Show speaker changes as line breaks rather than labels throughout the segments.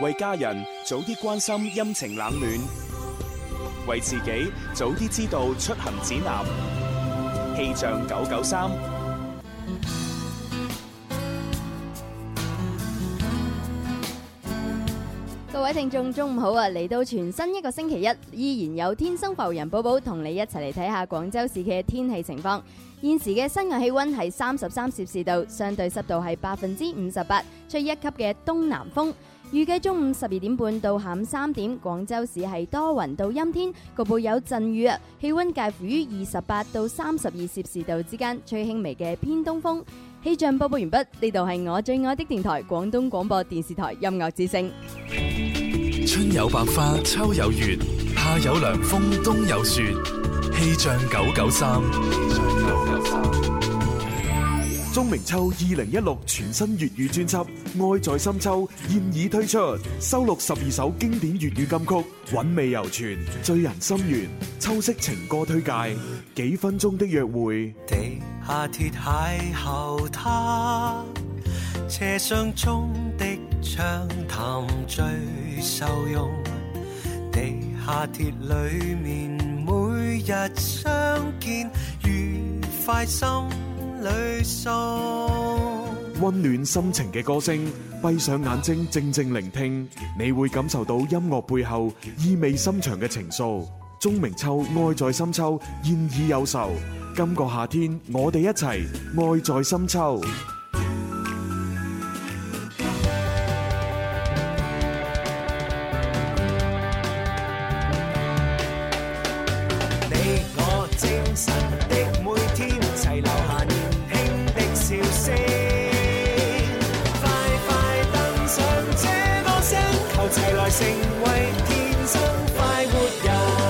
為家人早啲關心陰晴冷暖，為自己早啲知道出行指南。氣象九九三。
各位聽眾，中午好啊！嚟到全新一個星期一，依然有天生浮人寶寶同你一齊嚟睇下廣州市嘅天氣情況。現時嘅室外氣温係三十三攝氏度，相對濕度係百分之五十八，吹一級嘅東南風。預計中午十二點半到下午三點，廣州市係多雲到陰天，局部有陣雨啊！氣温介乎於二十八到三十二攝氏度之間，吹輕微嘅偏東風。氣象播報完畢，呢度係我最愛的電台——廣東廣播電視台音樂之 聲。
春有百花，秋有月，夏有涼風，冬有雪。氣象九九三，
鍾明秋二零一六全新粵語專輯《愛在深秋》現已推出，收錄十二首經典粵語金曲，韻味猶存，醉人心弦。秋色情歌推介，幾分鐘的約會。
地下鐵邂逅他，車廂中的暢談最受用。地下鐵裏面每日相見，愉快心裏送。
溫暖心情嘅歌聲，閉上眼睛靜靜聆聽，你會感受到音樂背後意味深長嘅情愫。鍾明秋愛在深秋，現已有愁。今個夏天，我哋一齊愛在深秋。
你我精神的每天，齊留下年輕的笑聲。快快登上這個星球，齊來成為天生快活人。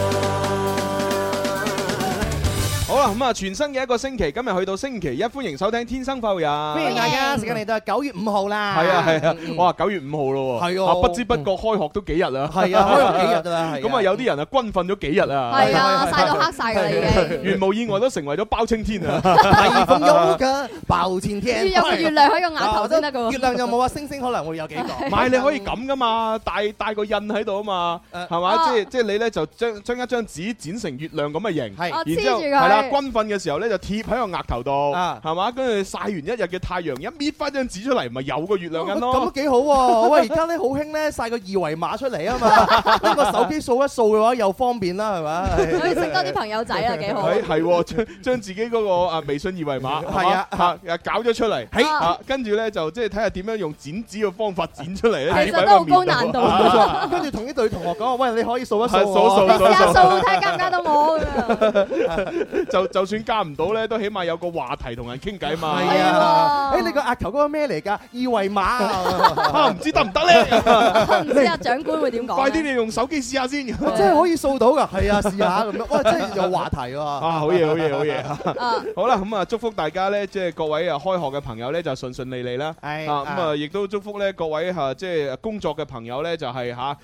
好啦，咁啊，全新嘅一個星期，今日去到星期一，歡迎收聽《天生快活人》。
歡迎大家，時間嚟到係九月五號啦。Ừ.
係啊
嗯
係啊，哇！九月五號咯喎，
係啊
啊不知不覺開學都幾日啦，
係 啊，開咗幾日啦，係啊
咁啊有啲人啊軍訓咗幾日啊，
係啊，晒到黑晒㗎啦已經。
原無意外都成為咗包青天啊！
大風
Ờ.
喐嘅，爆天天。
要有個月亮喺個額頭先得㗎
月
喎。
亮又冇啊，星星可能會有幾
哦
個。
唔係你可以咁噶嘛，帶帶個印喺度啊嘛，
誒
係嘛？
啊
即係即係你咧就將將一張紙剪成月亮咁嘅形，
係
哦
然之
黐
後
住佢
係啦，軍訓嘅時候咧就貼喺個額頭度，
啊
係嘛？跟住曬完一日嘅太陽，一搣翻張紙出嚟，咪有個月亮印
咁
咯。
幾好 喎！喂，而家咧好興咧晒個二維碼出嚟啊嘛，呢個手機掃一掃嘅話又方便啦，係咪？
可以識多 啲朋友仔啊，幾好。
係係喎，將將自己嗰個啊微信二維碼係嘛
係啊
啊搞咗出嚟，
係
啊跟住咧就即係睇下點樣用剪紙嘅方法剪出嚟咧，
其實
貼喺
都好
個面
高難
度
度
啊
跟住同呢對同學講話，喂，你可以掃一掃
係
喎。
你試下數睇加唔加到我咁樣。
就就算加唔到咧，都起碼有個話題同人傾偈嘛。
係啊！
係喎
誒，你個額頭嗰個咩嚟㗎？二維碼啊！
啊唔知得唔 得咧？
我唔知啊，長官會點講？
快啲！你用手機試下先。
我真係可以掃到㗎，係啊，試下咁樣，哇，真係有話題喎！
啊，好嘢，好嘢，好 嘢！
啊，
好啦，咁啊，祝福大家咧，即係各位啊，開學嘅朋友咧就順順利利啦。
係
啊，咁啊，
啊
亦都祝福咧各位吓，即係啊工作嘅朋友咧，就係吓誒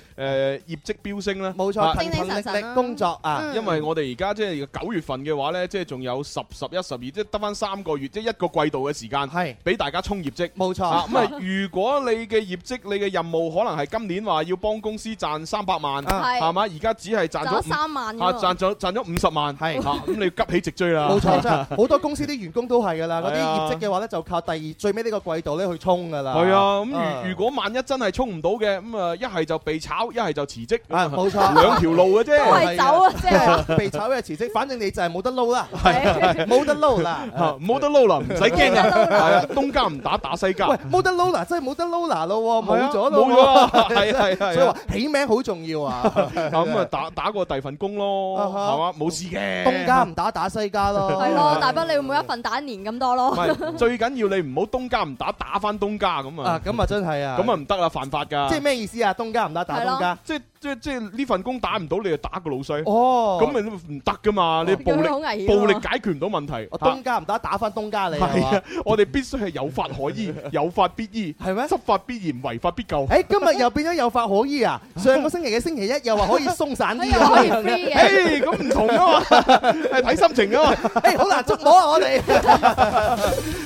業績飆升啦。
冇錯，
啊
勤勤
精精神
力
神
力
啊
工作啊，
因為我哋而家即係九月份嘅話咧，即係仲有十、十一、十二，即係得翻三個月，即係一個季度嘅時間，
係
俾大家衝業績。
冇
啊，
錯。
咁啊，如果你嘅業績、你嘅任務可能係今年話要幫公司賺三百萬，
啊
係
係嘛？而家只係
賺
賺
咗
咗五
三萬㗎
啊，
喎
賺咗賺咗五十萬，
係
啊，咁你急起直追啦。
冇錯，真係好多公司啲員工都係㗎啦，嗰
啊
啲
係啊
業績嘅話咧就靠第二最尾呢個季度咧去衝㗎啦。
係啊，咁如如果萬一真係衝唔到嘅，咁啊一係就被炒，一係就辭職，
啊冇錯，
兩條路嘅
都
啫。
係走啊，即係。
被炒嘅辭職，反正你就係冇得 撈啦，
係
冇得撈啦。
啊冇得撈啦，唔使驚啊！係啊，東家唔打打西家，
喂，冇得撈啦，真係冇得撈啦咯喎，冇咗
啊冇咗啦
咯，
係啊係
喎。所以
係
話起名好重要啊，
啊，咁啊打打過第二份工咯，
啊哈
係嘛，冇事嘅。
東家唔打打西家咯。
係咯，大不了每一份蛋年咁多
唔
咯。
係最緊要你唔好東家唔打，打翻東家咁啊
啊，，咁啊真係啊，
咁啊唔得啦，犯法㗎。
即係咩意思啊？東家唔打打東家，
即係即即呢份工打唔到，你就打個老細，
哦，
咁咪唔得噶嘛？你暴力
好危險喎啊
暴力解決唔到問題
我。
嚇
東哦家唔打，打翻東家你係
啊係
嘛
啊？，我哋必須係有法可 依，有法必依，
係咩
執法必嚴，違法必究。
誒，今日又變咗有法可依 啊！上個星期嘅星期一又話可以鬆散
佢
啲
又 可以
啊！
free 嘅。
誒，咁唔同啊嘛，係睇心情啊 嘛。
誒，好難捉摸啊！我哋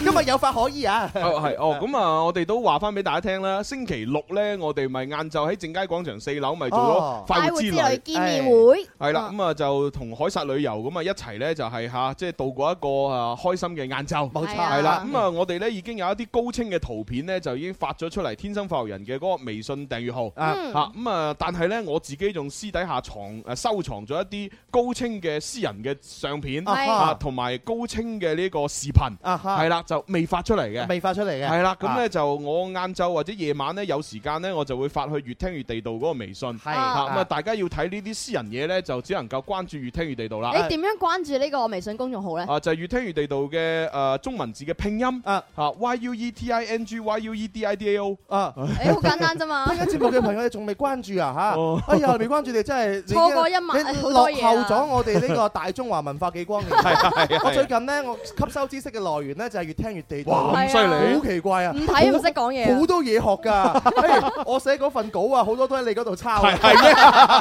今日有法可依啊！
哦，係哦，咁啊，我哋都話翻俾大家聽啦。星期六咧，我哋咪晏晝喺正佳廣場四樓咪做
哦
咗快
快
活
活
之
之
旅
旅。見面會
係啦，
啊
咁啊就同海撒旅遊咁啊一齊咧就係吓，即係度過一個啊開心嘅晏晝。
冇錯
係啊
係啦，咁啊，我哋咧已經有一啲高清嘅圖片咧，就已經發咗出嚟，天生發育人嘅嗰個微信訂閱號
啊
嗯
嚇咁啊，但係咧我自己仲私底下藏誒收藏咗一啲高清嘅私人嘅相片
啊哈
啊，同埋高清嘅呢個視頻，
啊哈
係，啦，就未發出嚟嘅。
未發出嚟嘅啊
係啦，咁咧就我晏晝或者夜晚咧有時間咧，我就會發去越聽越地道嗰個微信。
係
嚇咁
啊
啊，大家要睇呢啲私人嘢咧，就只能夠關注越聽越地道啦。
你點樣關注呢個微信公眾號咧？
啊，就係越聽越地道嘅誒中文字嘅拼音
啊
嚇 Y U E T I N G Y U E D I D A O。
啊！
誒，好簡單啫嘛
聽。緊節目嘅朋友，你仲未關注啊
哦
嚇？哎呀，未關注你真係你
錯過一晚
你
好
落後
多嘢啊
咗我哋呢個大中華文化幾 光嘅。
啊
我最近呢，我吸收知識嘅來源呢，就係越聽越地道
哇，。咁犀
係
好
利！
奇怪啊！
唔睇唔識講嘢
好
啊。
多嘢學㗎。哎我寫嗰份稿啊，好多都喺你嗰度抄啊。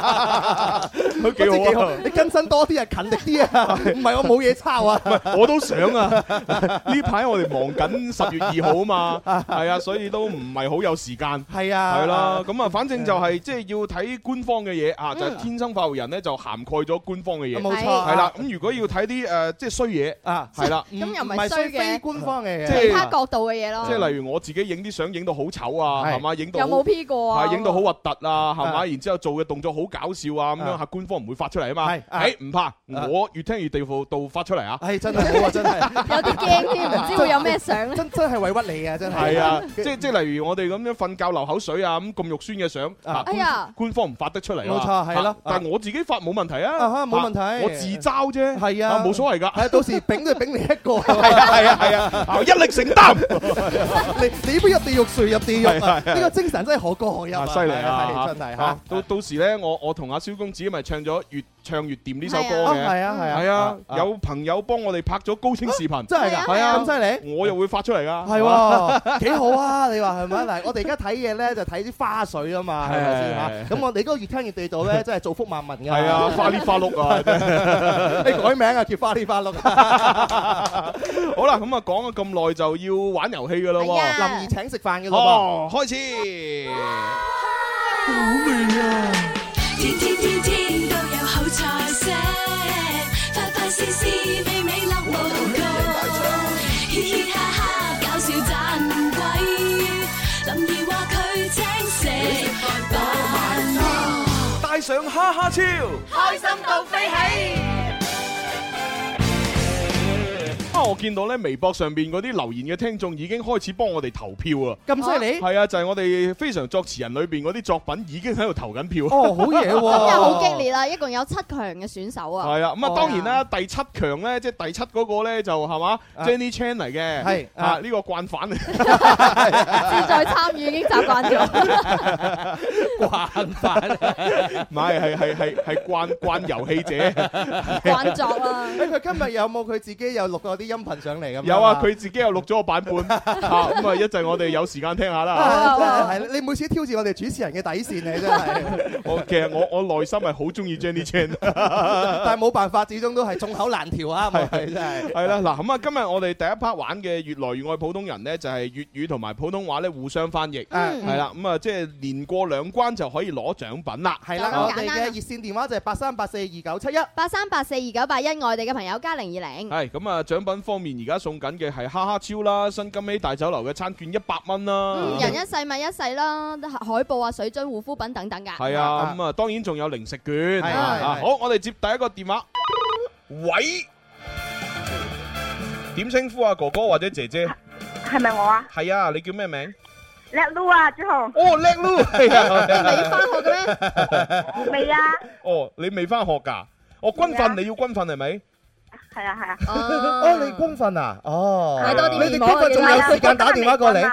啊都幾
不知幾
好
好
啊！
你更新多啲啊，勤力啲啊，唔係我冇嘢抄啊。
我都想啊！呢排我哋忙緊十月二號啊 嘛，係啊，所以都唔係好有時間。
係啊，
係啦，，咁啊，反正就係即係要睇官方嘅嘢啊，就係天生發育人咧就涵蓋咗官方嘅嘢，
嗯冇錯。
係啦。咁如果要睇啲誒即係衰嘢，
啊，
係啦，
咁 又唔係
係
衰嘅
非官方嘅
即
嘢。
係
其他角度嘅嘢
即
咯，
係例如我自己影啲相影到好醜啊，
係
係嘛，影到
有冇 P 過啊？
係影到好核突啊，係嘛？
啊
然之後做嘅動作好搞笑啊，咁樣嚇官方唔會發出嚟啊嘛。
係啊
誒唔怕，我越聽越地步到發出嚟啊。
係真係好啊，真係
有啲驚添，唔知會有咩相咧。
真真係委屈你啊，真係。
係啊，即係即係例如我哋咁樣瞓覺流口水啊，咁咁肉酸嘅相，啊
哎
官
呀，
官方唔發得出嚟啊。
冇錯係啦
啊但係我自己發冇問題啊。
啊哈冇問題
啊我自嘲啫。
係啊
冇所謂㗎。
係啊，到時丙都係丙你一個，
係啊係啊係啊啊，一力承擔。
你你不入地獄誰入地獄啊？呢個精神真係可歌可泣
啊
啊！
犀利啊！
係真係
嚇
嚇。
到到時咧，我我同阿蕭公子咪唱咗越唱越掂呢首歌
啊，
嘅。
係啊，係啊，
係啊，有朋友幫我哋拍咗高清視頻。
真係㗎，
係啊
咁犀利。
我又會發出嚟噶。
係喎，幾好啊！你話係咪？嗱，我哋而家睇嘢咧就睇啲花絮啊嘛，係咪先嚇？咁我哋嗰個越聽越地道 咧，真係造福萬民㗎。
係啊，花哩花碌啊！真係
你改名啊，叫花哩花碌。
好啦，咁啊講咗咁耐就要玩遊戲噶啦
係
喎。
啊
林兒請食飯嘅咯
哦，開始。
天天天天都有好菜色，快快事事美美樂無窮，嘻嘻哈哈搞笑盞鬼，林兒話佢請食飯喎，
帶上哈哈超，
開心到飛起。
啊，我見到咧微博上邊嗰啲留言嘅聽眾已經開始幫我哋投票啊。
噃，咁犀利？
係啊，就係我哋非常作詞人裏邊嗰啲作品已經喺度投緊票。
哦，好嘢喎！哦
今日好激烈啦，一共有七強嘅選手啊。
係啊，咁啊當然啦，第七強咧，即係第七嗰個咧就係嘛
啊
，Jenny Chan 嚟嘅，
係
啊
啊
呢個慣犯嚟，
先再參與已經習慣咗，
慣犯。
唔係係係係係慣慣遊戲者。
慣作啦。
誒，佢今日有冇佢自己有錄過啲音頻上嚟咁？
有啊，佢自己又錄咗個 版本，啊咁啊一陣我哋有時間聽下啦。
啊真係係你每次挑戰我哋主持人嘅底線，你真 係，
我其實 我我內心係好中意 Jenny Chan。
但係冇辦法，始終都係眾口難調啊！係真係。
係啦，嗱咁啊，今日我哋第一 part 玩嘅越來越愛普通人呢，就係粵語同埋普通話咧互相翻譯，
嗯
係啦，咁啊即係連過兩關就可以攞獎品啦。 啊
係啦，我哋嘅熱線電話就係八三八四二九七一。
八三八四二九八一，外地嘅朋友加零二零。
係咁啊，獎品方面而家送緊嘅係哈哈超啦，新金禧大酒樓嘅餐券一百蚊啦
嗯，。人一世物一世啦，海報啊、水樽、護膚品等等㗎。
係啊，咁啊當然仲有零食券。
係
啊
係
好，我哋接第一個電話。喂，點稱呼啊？哥哥或者姐姐？
系咪我啊？
係啊，你叫咩名？
叻 à? Lu à, 啊，朱紅
哦，叻嚕，係
你唔係要
啊。
翻學 嘅咩？
未啊？
哦，你未翻學㗎？哦，
啊
軍訓你要軍訓係咪？
係啊係啊，
Ờ.
哦，
哦
你軍訓啊？哦，
買多啲
你哋
面膜啊
à,
軍訓仲有
要
時間打電話過嚟。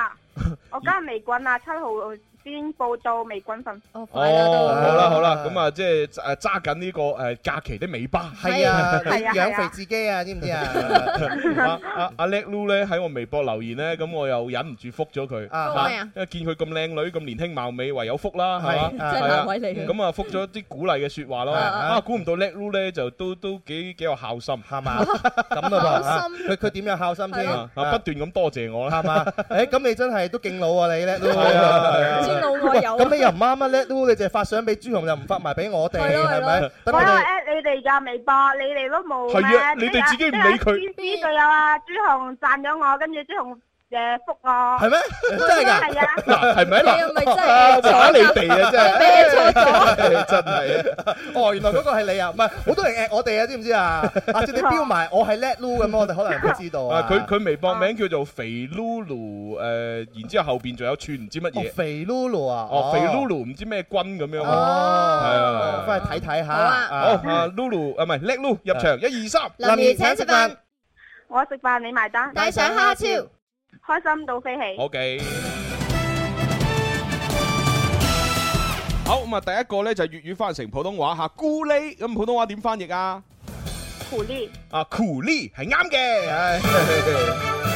我今日未滾啊，七號先報到未滾瞓。
哦，快啦
哦，好啦
都，
好啦，咁啊，即係诶揸緊呢個诶假期的尾巴。
係啊，你
係啊
養肥自己啊，知唔知啊？
阿阿阿叻 Lu 咧喺我微博留言咧，咁我又忍唔住覆咗佢，
啊
啊
覆咩啊
因為見佢咁靚女、咁年輕貌美，唯有福啦，係
係
嘛？
啊
真係
係啊
難為你嘅
咁啊，覆咗啲鼓勵嘅説話咯。
啊
啊，估唔到叻 Lu 咧就都都幾幾有孝心，
係嘛？咁咯噃，啊
孝心
佢佢點有孝心先？
啊不
啊
斷咁多謝我啦。
係嘛？誒，咁你真係都勁老啊！你叻都
係啊係啊
知
喂
老我有啊
咁你又唔啱啊！叻都你淨係發相俾朱紅，又唔發埋俾我哋，
係咯係
係
咯
咪？等
我
我
有
哋
at 你哋㗎微博，你哋都冇咩
係啊你
à,
哋自己唔理佢
呢佢有啊，朱紅讚咗我，跟住朱紅誒覆我。
係咩？真係㗎？
係啊，
嗱，係咪
你
嗱？
又咪真 係
打你
坐
哋啊，真係
咩錯咗？
真係啊！
哦，原來嗰個係你啊！唔係好多人 at 我哋啊，知唔知啊？下次你標埋我係叻 Lu 咁，我哋可能會知道
啊
啊。
佢佢微博名叫做肥 Lulu，誒，然之後後邊仲有串唔知乜
哦
嘢，
肥 Lulu 啊，
哦，肥 Lulu 唔知咩君咁樣啊。
哦，
係
翻去睇睇下。
好啊
好，啊 Lulu 啊，唔係叻 Lu 入場，一二三。
林怡請食飯，
我食飯你埋單，
帶上蝦超。
開心到飛起。
好嘅。好咁啊，第一個咧就係粵語翻譯成普通話嚇，咕喱咁普通話點翻譯啊？
狐狸，
啊，苦力係啱嘅，唉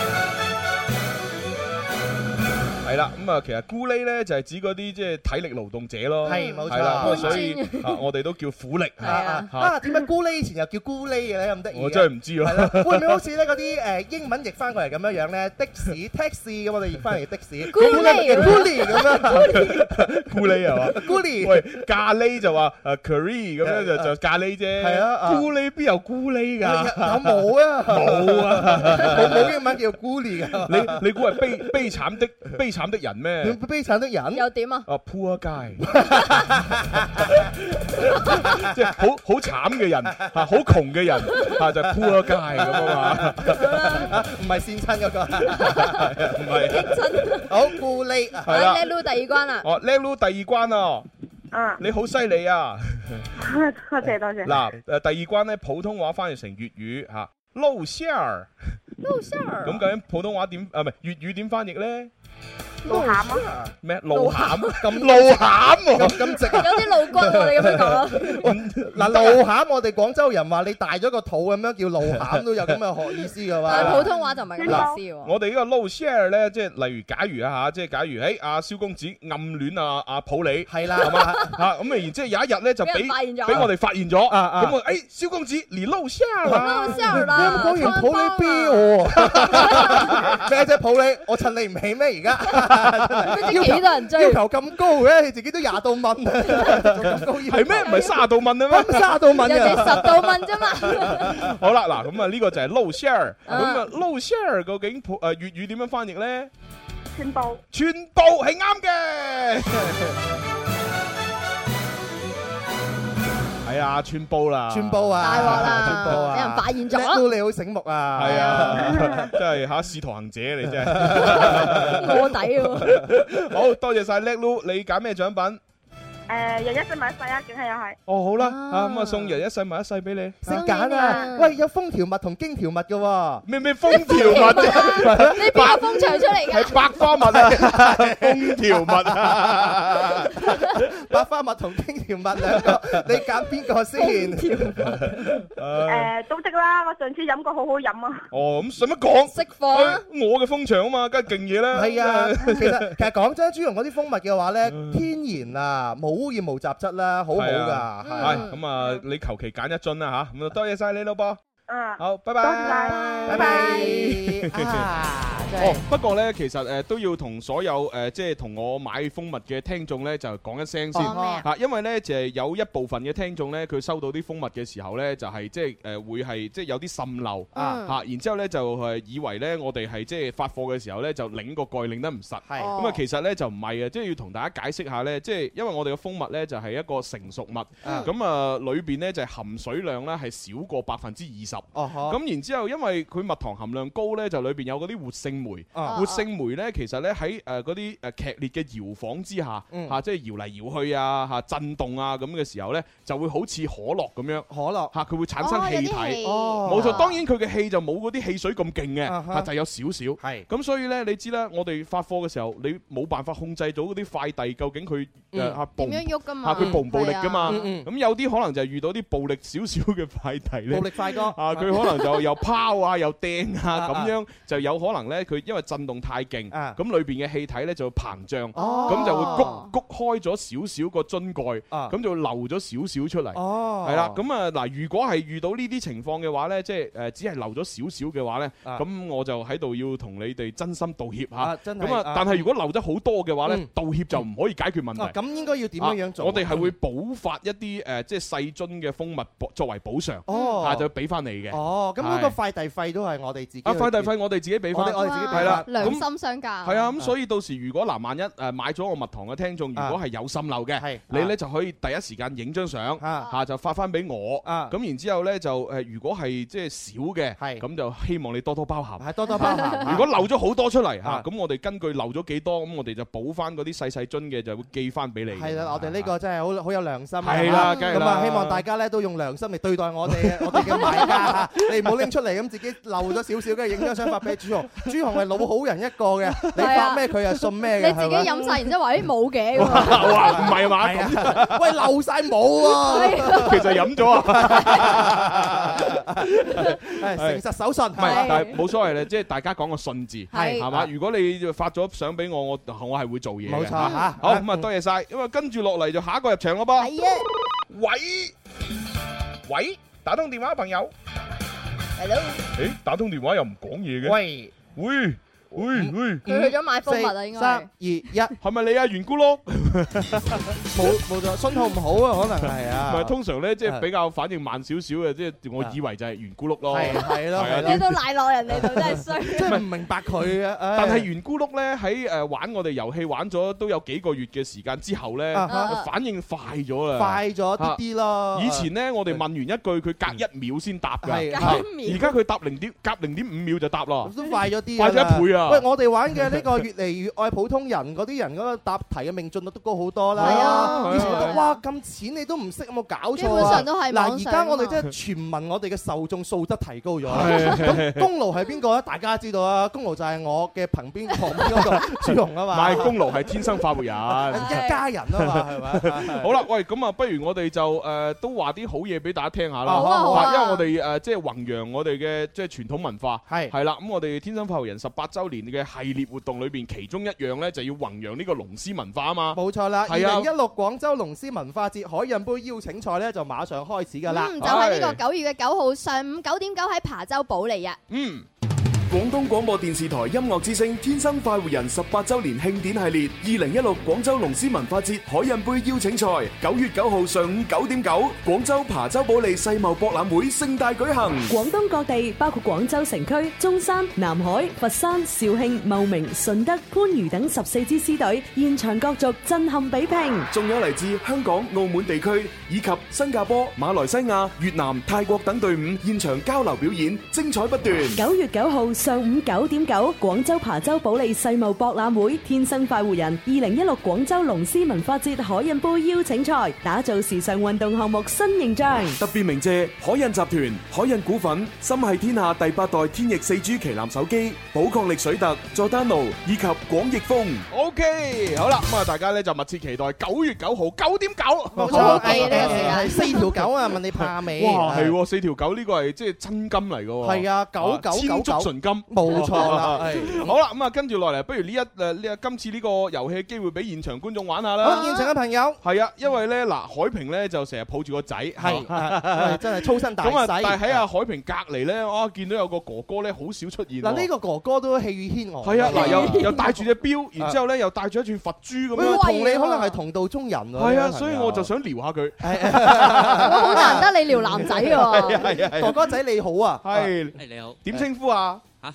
係啦，咁啊，其實咕喱咧就係指嗰啲即係體力勞動者咯，
係冇錯
係啦，咁啊
搬
所以
磚
啊，我哋都叫苦力，
啊啊
嚇
啊！
嗯
點解咕喱以前又叫咕喱嘅咧？咁得意嘅。
我真係唔知
係啦，
啦。
會唔會好似咧嗰啲誒英文譯翻過嚟咁樣樣咧？ 的士 taxi 咁，我哋譯翻嚟的士。
咕喱
咕喱咁樣。
咕喱係嘛？
咕喱。
喂，咖喱就話誒 curry 咁樣就就咖喱啫，
係啊啊
咕喱邊有咕喱
有
㗎？
冇啊？
冇 啊！
冇冇英文叫咕喱嘅。
你你估係悲悲慘的悲慘的人咩？
悲慘的人。
又點啊？
啊，poor guy，即 係好好慘嘅人，嚇好窮嘅人，嚇就係 poor guy 咁啊
啊唔係善親嗰個。
嘛，唔係。
真啊
好咕喱啊！
我
係啦
叻撈第二關啦，
哦，叻佬第二關啊，
嗯，
你好犀利啊！
多謝多謝。
嗱，誒第二關咧，普通話翻譯成粵語嚇，撈蝦兒，
撈蝦兒
咁究竟普通話點啊？唔係粵語點翻譯咧？
露餡啊，
咩露餡？咁露啊餡
咁
喎！
咁直
有啲露骨喎，你咁樣講。
嗱，露餡我哋廣州人話你大咗個肚咁樣叫露餡都有咁嘅學意思 嘅
但啊係普
嘛。
通話就唔係咁嘅意思喎。
我哋呢個 low share 咧，即係例如假如啊嚇，即係假如誒阿蕭公子暗戀啊阿普洱
係啦，
係嘛嚇，咁啊然之後有一日咧就
俾
俾
人發現咗
俾我哋發現咗，
啊啊
咁我誒蕭公子連 low share 啦，
撈蝦兒
你有
啦，
冇講完抱 你啤我啊？咩啫抱你？我趁你唔起咩？而家
真係幾多人追
要求咁高嘅，你自己都廿度問，仲咁高要求
係咩？唔 係卅度問啊
咁
咩？
卅度問
人哋
嘅。
十度問啫 嘛。
好啦，嗱咁啊呢個就係 low share，咁
啊
啊 low share 究竟普誒粵語點樣翻譯咧？
全部
全部係啱嘅。係啊， 全部啦，
全部啊！
大鑊
全部
啦，
啊！
俾人發現
叻
咗，
到你好醒目啊！
係 啊，真係吓仕途行者你真係。
我 底喎。
好多謝晒叻 Lu，你揀咩獎品？
誒日一新買晒啊，梗係又係。
哦，好啦，
啊
啊咁啊送人一世物一世俾你。
識揀啊！喂，有封條物同經條物嘅喎。
咩咩封條物啫，
你邊個風場出嚟㗎？
係百花物啊，封條物 啊。
白花蜜同經條蜜兩個，你揀邊個先？
嗯
誒呃都得啦，我上次飲過好好飲啊。
哦，咁使乜講？
食貨啊
哎我嘅風場啊嘛，梗係勁嘢啦。
係啊，其實其實講真，朱容嗰啲蜂蜜嘅話咧，天然啊，冇污染冇雜質啦，好好
嗯係
㗎
啊。
係
係咁啊，
嗯
你求其揀一樽啦吓，咁啊多謝晒你老噃。
嗯，
好，拜
多謝晒
拜，
拜。拜。啊，真
哦
係，
不過咧，其實誒都要同所有誒即係同我買蜂蜜嘅聽眾咧，就講一聲先。
講咩啊？
啊，因為咧就係有一部分嘅聽眾咧，佢收到啲蜂蜜嘅時候咧，就係即係誒會係即係有啲滲漏
啊
嗯
嚇，然之後咧就係以為咧我哋係即係發貨嘅時候咧就擰個蓋擰得唔實。
係
咁啊，其實咧就唔係嘅，即係要同大家解釋下咧，即係因為我哋嘅蜂蜜咧就係一個成熟物，
嗯
咁啊裏邊咧就係含水量咧係少過百分之二十。
哦呵
咁然之後，因為佢蜜糖含量高咧，就裏邊有嗰啲活性梅。
啊
活性梅咧，其實咧喺誒嗰啲誒劇烈嘅搖晃之下，
嗯
嚇即係搖嚟搖去啊，嚇震動啊咁嘅時候咧，就會好似可樂咁樣，
可樂
嚇佢會產生氣體。
哦
冇錯，
啊
當然佢嘅氣就冇嗰啲汽水咁勁嘅，
啊哈
嚇就有少少。
係
咁所以咧，你知啦，我哋發貨嘅時候，你冇辦法控制到嗰啲快遞究竟佢
嗯
誒嚇暴唔
點樣喐噶嘛？
嚇佢暴唔暴力噶嘛？
嗯嗯
咁有啲可能就係遇到啲暴力少少嘅快遞咧
暴。力快歌
啊！佢可能就又拋啊，又掟啊，
啊
咁樣就有可能咧，佢因為震動太勁，
啊
咁裏邊嘅氣體咧就會膨脹，
哦
咁就會谷谷開咗少少個樽蓋，
啊
咁就會漏咗少少出嚟。
哦
係啦，咁啊嗱，如果係遇到呢啲情況嘅話咧，即係誒只係漏咗少少嘅話咧，
啊
咁我就喺度要同你哋真心道歉
啊
嚇。
真係
咁啊，但係如果漏得好多嘅話咧
嗯，
道歉就唔可以解決問題。
咁應該要點樣樣做啊？
啊我哋係會補發一啲誒即係細樽嘅蜂蜜作為補償。
哦
啊，就俾翻你嘅。
哦，咁嗰個
係
快遞費都係我哋自己
啊，快遞
去決
費我哋自己俾
我
翻
哋。我哋自己
係
俾
啦
啦。
良心相較。
係啊，咁所以到時如果嗱，萬一誒買咗我蜜糖嘅聽眾，如果係有心漏嘅，
啊係
你咧就可以第一時間影張相，
啊
嚇就發翻俾我。
啊
咁然之後咧就呃誒，如果係即係少嘅，
係
咁就希望你多多包涵。
係多多 包涵。
如果漏咗好多出嚟嚇，
啊
咁我哋根據漏咗幾多，咁我哋就補翻嗰啲細細樽嘅，就會寄翻俾你。
係啦，我哋呢個真係好好有良心啊。
係啦，梗係
咁啊，
啦
希望大家咧都用良心嚟對待我 哋我哋嘅買家嚇，你唔好拎出嚟咁自己漏咗少少，跟住影張相發俾朱紅。朱紅係老好人一個嘅，你
係啊
發咩佢啊信咩
你
嘅，
自己
係咪
飲晒，然之後話咦冇嘅喎。
哇，唔係嘛？咁
喂漏晒冇喎，
其實飲咗啊。
係誠實手信
唔係
係，
但係冇所謂咧，即係大家講個信字
係
係嘛？如果你發咗相俾我，我我係會做嘢嘅
冇錯
嚇
嚇
好咁啊，多謝晒。咁啊，跟住落嚟就下一個入場咯噃。
係啊，
喂喂，打通電話朋友。Hello。誒，打通電話又唔講嘢嘅。
喂，
喂喂喂，
佢去咗買蜂蜜啊，應
四
該
三
係
二。一，冇
係咪你啊？圓咕碌？
冇咗，信號唔好啊，可能係
唔
啊，
係通常咧，即係比較反應慢少少嘅，即係我以為就係圓咕碌咯。
係係咯
係啊
係
你
咯，
都賴落人哋度，真係衰。
即係唔明白 佢啊。唉
但係圓咕碌咧喺誒玩我哋遊戲玩咗都有幾個月嘅時間之後咧，
啊哈
就反應快咗啦。
快咗啲啲咯，
以前咧，我哋問完一句，佢隔一秒先答噶。
係
啊
隔一秒
而家佢答零點，隔零點五秒就答啦。
都快咗啲，
快咗一倍啊
喂，我哋玩嘅呢個越嚟越愛普通人嗰啲人嗰個答題嘅命中率都高好多啦。
係啊
以前
係
覺
啊
得哇咁淺你都唔識，有冇搞錯啊
基本上都係
嗱，
網
而
上
家
㗎
我哋
嘛
真係全民我哋嘅受眾素質提高咗。
係
咁功勞係邊個咧？大家知道啊，功勞就係我嘅旁邊 旁邊嗰個朱紅啊
唔
嘛，
係功勞係天生快活人。好
一家 人啊嘛，係咪？
啦，喂，咁啊，不如我哋就誒都話啲好嘢俾大家聽下啦。
好啊好
啊
因為我哋誒呃即係弘揚我哋嘅即係傳統文化。
係
係啦，咁我哋天生快活人十八週年嘅系列活動裏邊，其中一樣咧就要弘揚呢個龍獅文化啊嘛。
冇錯啦，二
係啊
零一六廣州龍獅文化節海印杯邀請賽咧就馬上開始㗎啦。
嗯，就喺呢個九月嘅九號上午九點九喺琶洲保 利啊。
嗯，
廣東廣播電視台音樂之聲《天生快活人》十八週年慶典系列，二零一六廣州龍獅文化節海印杯邀請賽，九月九號上午九點九，廣州琶洲保利世貿博覽會盛大舉行。
廣東各地包括廣州城區、中山、南海、佛山、肇慶、茂名、順德、番禺等十四支獅隊現場角逐，震撼比拼。
仲有嚟自香港、澳門地區以及新加坡、馬來西亞、越南、泰國等隊伍現場交流表演，精彩不斷。
九月九號上午九點九，廣州琶洲保利世貿博覽會天生快活人二零一六廣州龍獅文化節海印杯邀請賽，打造時尚運動項目新形象。
特別鳴謝海印集團、海印股份、心系天下第八代天翼四 G 旗艦手機、寶礦力水特、佐丹奴以及廣益豐。
OK，好啦，咁啊，大家咧就密切期待九月九號九點九。
冇
好
錯，
記呢個時間
係四條狗啊！問你怕未？
哇，係喎，四條狗呢個係即係真金嚟嘅喎。
係啊，九九
千
九
足
九，
純金。
冇錯 啦。係
好啦，咁啊，跟住落嚟，不如呢一誒呢今次呢個遊戲機會俾現場觀眾玩下
好，
啦。
哦現場嘅朋友
係啊，因為咧嗱，海平咧就成日抱住個仔，
係
係嘛
係真係粗身大
咁啊，但
使。
係喺阿海平隔離咧，我見到有個哥哥咧，好少出現喎。
嗱，呢個哥哥都氣宇軒昂。
係啊，嗱， 又又戴住隻錶，然之後
啊
咧又戴住一串佛珠咁
喂
樣。啊
同你可能係同道中人喎。
係
呢
啊，
個朋友
所以我就想撩下佢。
哇， 好難得你撩男仔喎。
係啊，係啊
哥哥仔你好啊。
係
哎你好，
點稱呼啊？
嚇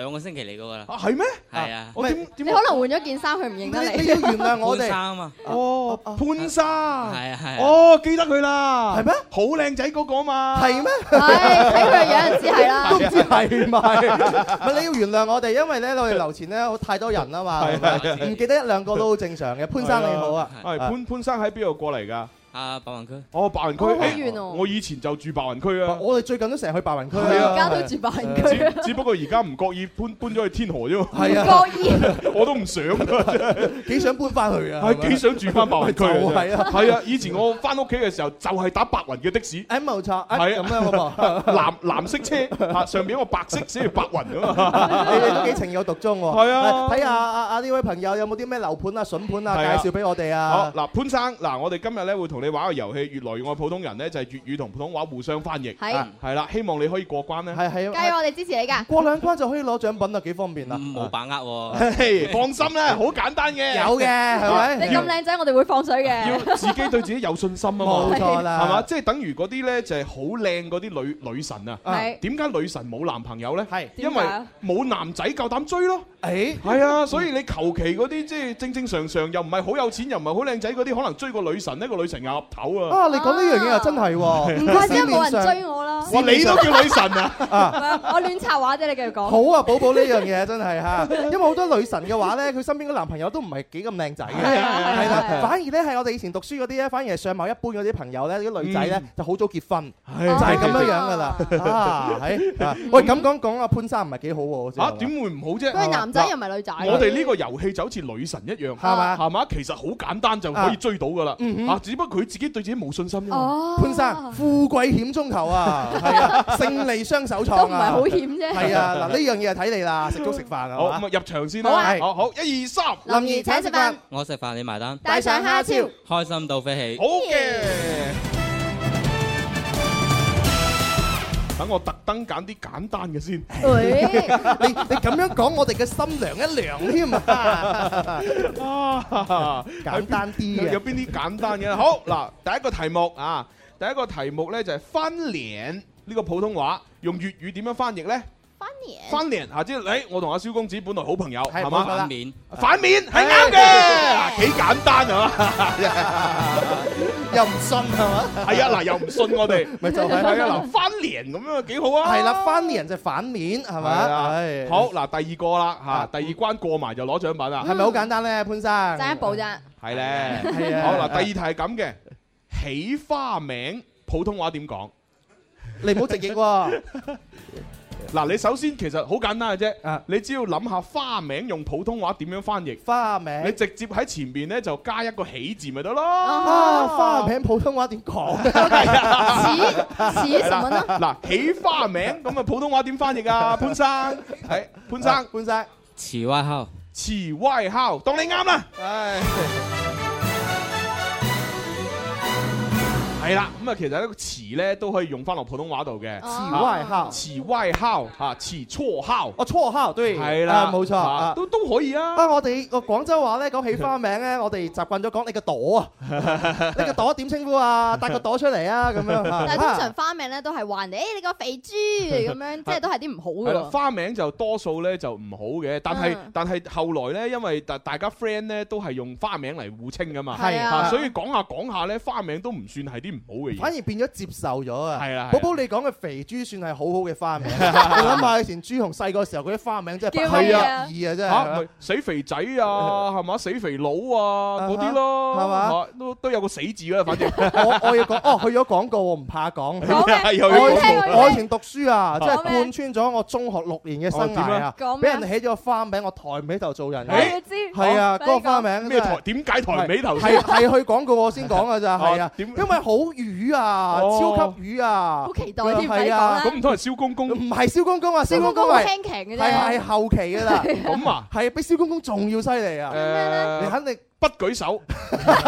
上個星期嚟過噶啦。
啊係咩？
係啊，
我點
你可能換咗件衫，佢唔認得你。
你要原諒我
換
哋。
衫啊！
哦，潘
係
莎。
啊係啊。
哦，記得佢啦。係咩？
好靚仔嗰個啊嘛。
係咩？
睇佢個樣就知係啦。
都唔知係咪？唔係你要原諒我哋，因為咧我哋樓前咧有太多人啦啊嘛，
係啊係係
唔記得一兩個都好正常嘅。潘生你好啊，
係潘潘生喺邊度過嚟㗎？
啊，白雲區。
哦，白雲區，
哦好
誒
遠喎
我以前就住白雲區啊。
哦我哋最近都成日去白雲區啦
係啊
而家都住白雲區啊
只只不過而家唔覺意搬搬咗去天河啫嘛。
係啊
唔覺意，
我都唔想 㗎，
幾想搬翻去啊
係幾想住翻白雲 區
就係啊
係啊！以前我翻屋企嘅時候就係打白雲嘅的士。
誒冇錯，誒
係
咁樣好
啊， 藍藍色車嚇，上面一個白色寫住白雲啊㗎嘛。
你哋都幾情有獨鍾喎。
係啊
睇下啊啊呢位朋友有冇啲咩樓盤啊、筍盤
係啊
啊介紹俾我哋
好
啊？
嗱，潘生，嗱，我哋今日咧會同你玩個遊戲，越來越愛普通人咧，就係粵語同普通話互相翻譯，
係
啊係啦，希望你可以過關咧。
啊
係係
計我哋支持你㗎。
過兩關就可以攞獎品啦，幾方便啊！
冇把握喎。
嘿放心啦，好簡單嘅。
有嘅係
你
咪？
咁靚仔，我哋會放水 嘅。
要自己對自己有信心啊嘛。
冇錯啦，
係嘛？即係等於嗰啲咧，就係好靚嗰啲女女神啊。
係
點解女神冇男朋友咧？
係
因
點
為
解啊
冇男仔夠膽追咯。
誒。
係啊，所以你求其嗰啲即係正正常常又唔係好有錢又唔係好靚仔嗰啲，可能追個女神呢個女神岌頭啊！
啊！你講呢樣嘢又真係喎，
唔怪之
市面
冇
上
人追我啦。
哇，你都叫女神啊！
唔係我亂插話啫，你繼續講。
好啊，寶寶呢樣嘢真係嚇，因為好多女神嘅話咧，佢身邊嘅男朋友都唔係幾咁靚仔嘅，
係啊係啊
係啦
係啊。
反而咧係我哋以前讀書嗰啲咧，反而係上某一般嗰啲朋友咧，啲女仔咧就好早結婚，就係咁樣樣噶 啦。啊，係啊喂，咁講講阿潘生唔係幾好喎，好似
啊，點會唔好啫？
佢係男仔又唔係女仔。
我哋呢個遊戲就好似女神一樣，
係嘛
係嘛？其實好簡單就可以追到噶啦
嗯，哼
啊，只不過佢自己對自己冇信心啫嘛。
哦，
潘生富貴險中求啊，係啊，勝利雙手創啊，
都唔係好險啫。
係啊，嗱呢樣嘢就睇你啦，食粥食飯啊，
好，
係
咁
嘛
啊入場先
好
啦。
啊
好好，一二三，好
林兒請食飯，
我食飯你埋單，
帶上蝦超。
開心到飛起。
嘅。
哎
等我特登揀啲簡單嘅先。
喂，
你你咁樣講，我哋嘅心涼一涼添啊！
啊，
簡單啲啊
有
嘅，
邊啲簡單嘅？好嗱，第一個題目啊，第一個題目呢就係翻臉呢個普通話用粵語點樣翻譯呢？
翻年
翻臉啊，即係誒，我同阿蕭公子本來好朋友，
係
係
冇錯
嘛
啦？
反
哎
面
反 面係啱嘅，啊幾簡單係嘛？
又唔信係嘛？
係啊，嗱又唔信我哋，
咪就係
係啊，嗱翻臉咁樣幾好啊！
係啦，翻年就反面係
係
咪？
啊
係
好，嗱，第二個啦
啊
嚇，第二關過埋就攞獎品啊啦，
係咪好簡單咧，潘生？
爭一步咋？
係咧。
係啊，
好嗱，第二題係咁嘅，起花名普通話點講？
你唔好直譯喎，
嗱，你首先其實好簡單嘅啫
啊，
你只要諗下花名用普通話點樣翻譯，
花
你
名
直接喺前面咧就加一個起字咪得咯。
啊，花名普通話點講？啊
似似什麼呢？
嗱，起花名咁啊，普通話點翻譯啊？ 潘生，係潘生，
啊潘生，
池蛙烤，
詞歪敲，當你啱啦。
唉，
係啦，咁啊，其實呢個詞咧都可以用翻落普通話度嘅。
詞
哦
外號，
詞歪敲嚇，詞錯敲，
我錯號對，
係啦，
啊冇錯
啊
啊。
都都可以啊。
啊！我哋個廣州話咧講起花名咧，我哋習慣咗講你個朵啊，你個朵點稱呼啊？帶個朵出嚟啊！咁樣啊，
但係通常花名咧都係話人哋，誒你個肥豬咁樣， 即係都係啲唔好
係啦，
嘅喎。
花名就多數咧就唔好嘅，但係、
嗯
但係後來咧，因為大大家 friend 咧都係用花名嚟互稱噶嘛，
係啊
所以講下講下咧，花名都唔算係啲唔好嘅嘢。
反而變咗接受咗啊！
係啦係啦
寶寶你講嘅肥豬算係好好嘅花 名，你諗下以前朱紅細個時候嗰啲花名真係
叫
不可
乜嘢啊
思議啊！真
嚇
係
咪死肥仔啊，係嘛？死肥佬啊，
啊哈
嗰啲咯，
係嘛
啊都都有個死字啦，反 正
我我要講哦，去咗廣告我唔怕講。
講咩
係 又要
我以
廣告
聽
前我以前讀書啊，即係
講咩
貫穿咗我中學六年嘅生涯啊
哦點啊講，咩
俾
啊
人起咗個花名，我抬唔起頭做人
我
嘅。
要知。
係啊，
好
嗰個花。名
咩
真係
台點解抬尾頭先？
係係去廣告我先講 㗎咋，係
啊
啊，
點
因為好魚啊，
哦
超級魚啊，
好期待添唔使
係啊
講
咁唔通係蕭公公
唔係蕭公公啊，蕭
小公
公
公
公
好
係
輕騎嘅
係係
啫。
後期㗎啦，
咁啊？
係比蕭公公仲要犀利啊！你
誒，
肯定
不舉手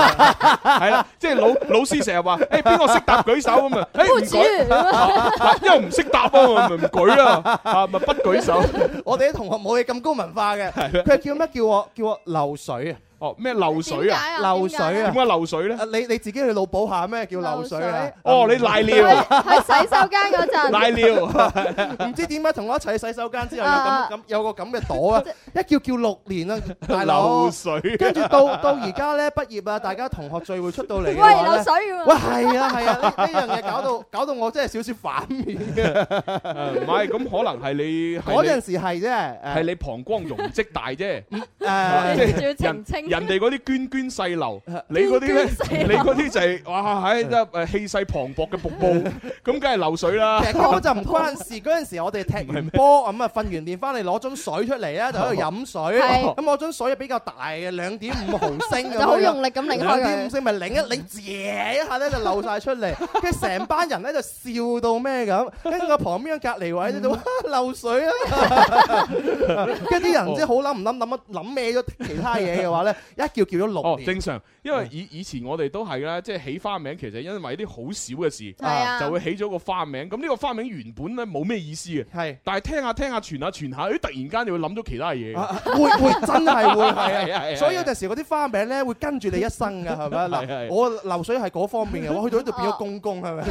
係啦，即係老老師成日 話：誒邊個識答舉手咁啊？誒唔
僱主
舉。 啊因為唔識答啊，咪唔舉啦，啊咪不舉手。
我哋啲同學冇嘢咁高文化嘅，佢係叫咩？叫我叫我流水啊！
哦，咩漏水啊？
點解啊漏水啊點解
點
啊
解漏水咧？
你你自己去腦補下咩叫漏水啊？
哦，你瀨尿，
喺洗手間嗰陣，
瀨尿，
唔知點解同我一齊去洗手間之後有
啊
咁咁有個咁嘅朵啊，一叫叫六年啦，大佬
漏。水。
跟住到到而家咧畢業啊，大家同學聚會出到嚟
喂
嘅話呢
漏水喎
喂係啊係啊，呢呢樣嘢搞到搞到我真係少少反面嘅。
誒唔係，咁可能係你
嗰陣時係啫，誒
係你膀胱容積大 啫，
誒
即
仲要
係
澄
人
清
人哋嗰啲涓涓細 流，你嗰啲咧
涓涓，細流
你嗰啲就係哇喺得誒氣勢磅礴嘅瀑 布，咁梗係漏水啦
其。實根本就唔關事。嗰陣時我哋踢完波咁啊，瞓完練翻嚟攞樽水出嚟 啊咧，就喺度飲水。
係
咁我樽水比較大嘅，兩點五毫升咁樣。
就好用力咁擰開佢
兩點五升咪擰一擰，謝一下咧就漏晒出嚟。跟住成班人咧就笑到咩咁，跟住我旁邊嘅隔離位咧
嗯
就漏水啊！ 跟住啲人唔知好諗唔諗諗一諗咩咗其他嘢嘅話咧，一叫叫咗六
哦，
年。嗯
正常，因為以以前我哋都係啦，即係起花名，其實因為啲好少嘅事，
係啊
就會起咗個花名。咁呢個花名原本咧冇咩意思嘅，
係，
但係聽下聽下傳下傳下，誒突然間你會諗到其他嘢。
啊會會 真係會
係
係
啊係啊
啊，所以有陣時嗰啲花名咧會跟住你一生㗎， 係咪啊？
係啊係啊
嗱，我流水係嗰方面嘅，我去到呢度變咗公 公係咪？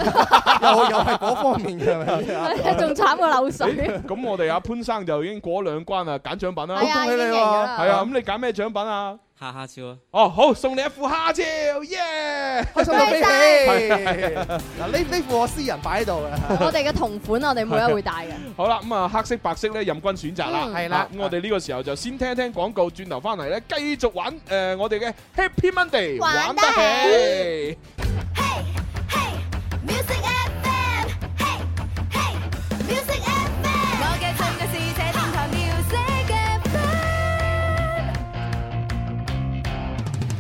又又係嗰方面嘅係咪啊？
仲慘過漏水。
誒咁我哋阿潘生就已經過兩關啦，揀獎品啦。
係啊恭喜你喎已經贏咗啦
係啊，咁你揀咩獎品啊？
哈哈超啊！
哦，好，送你一副蝦超，耶！
開心到飛起！
係
嗱，呢呢副我私人擺喺度嘅。
我哋嘅同款，我哋每一會戴 嘅。
好啦，咁啊黑色白色咧任君選擇啦，
嗯係啦
啊咁我哋呢個時候就先聽聽廣告，轉頭翻嚟咧繼續玩誒我哋嘅 Happy Monday
玩得
得起。
Music FM，嘿嘿，Music FM，我嘅最愛是這電台 Music FM。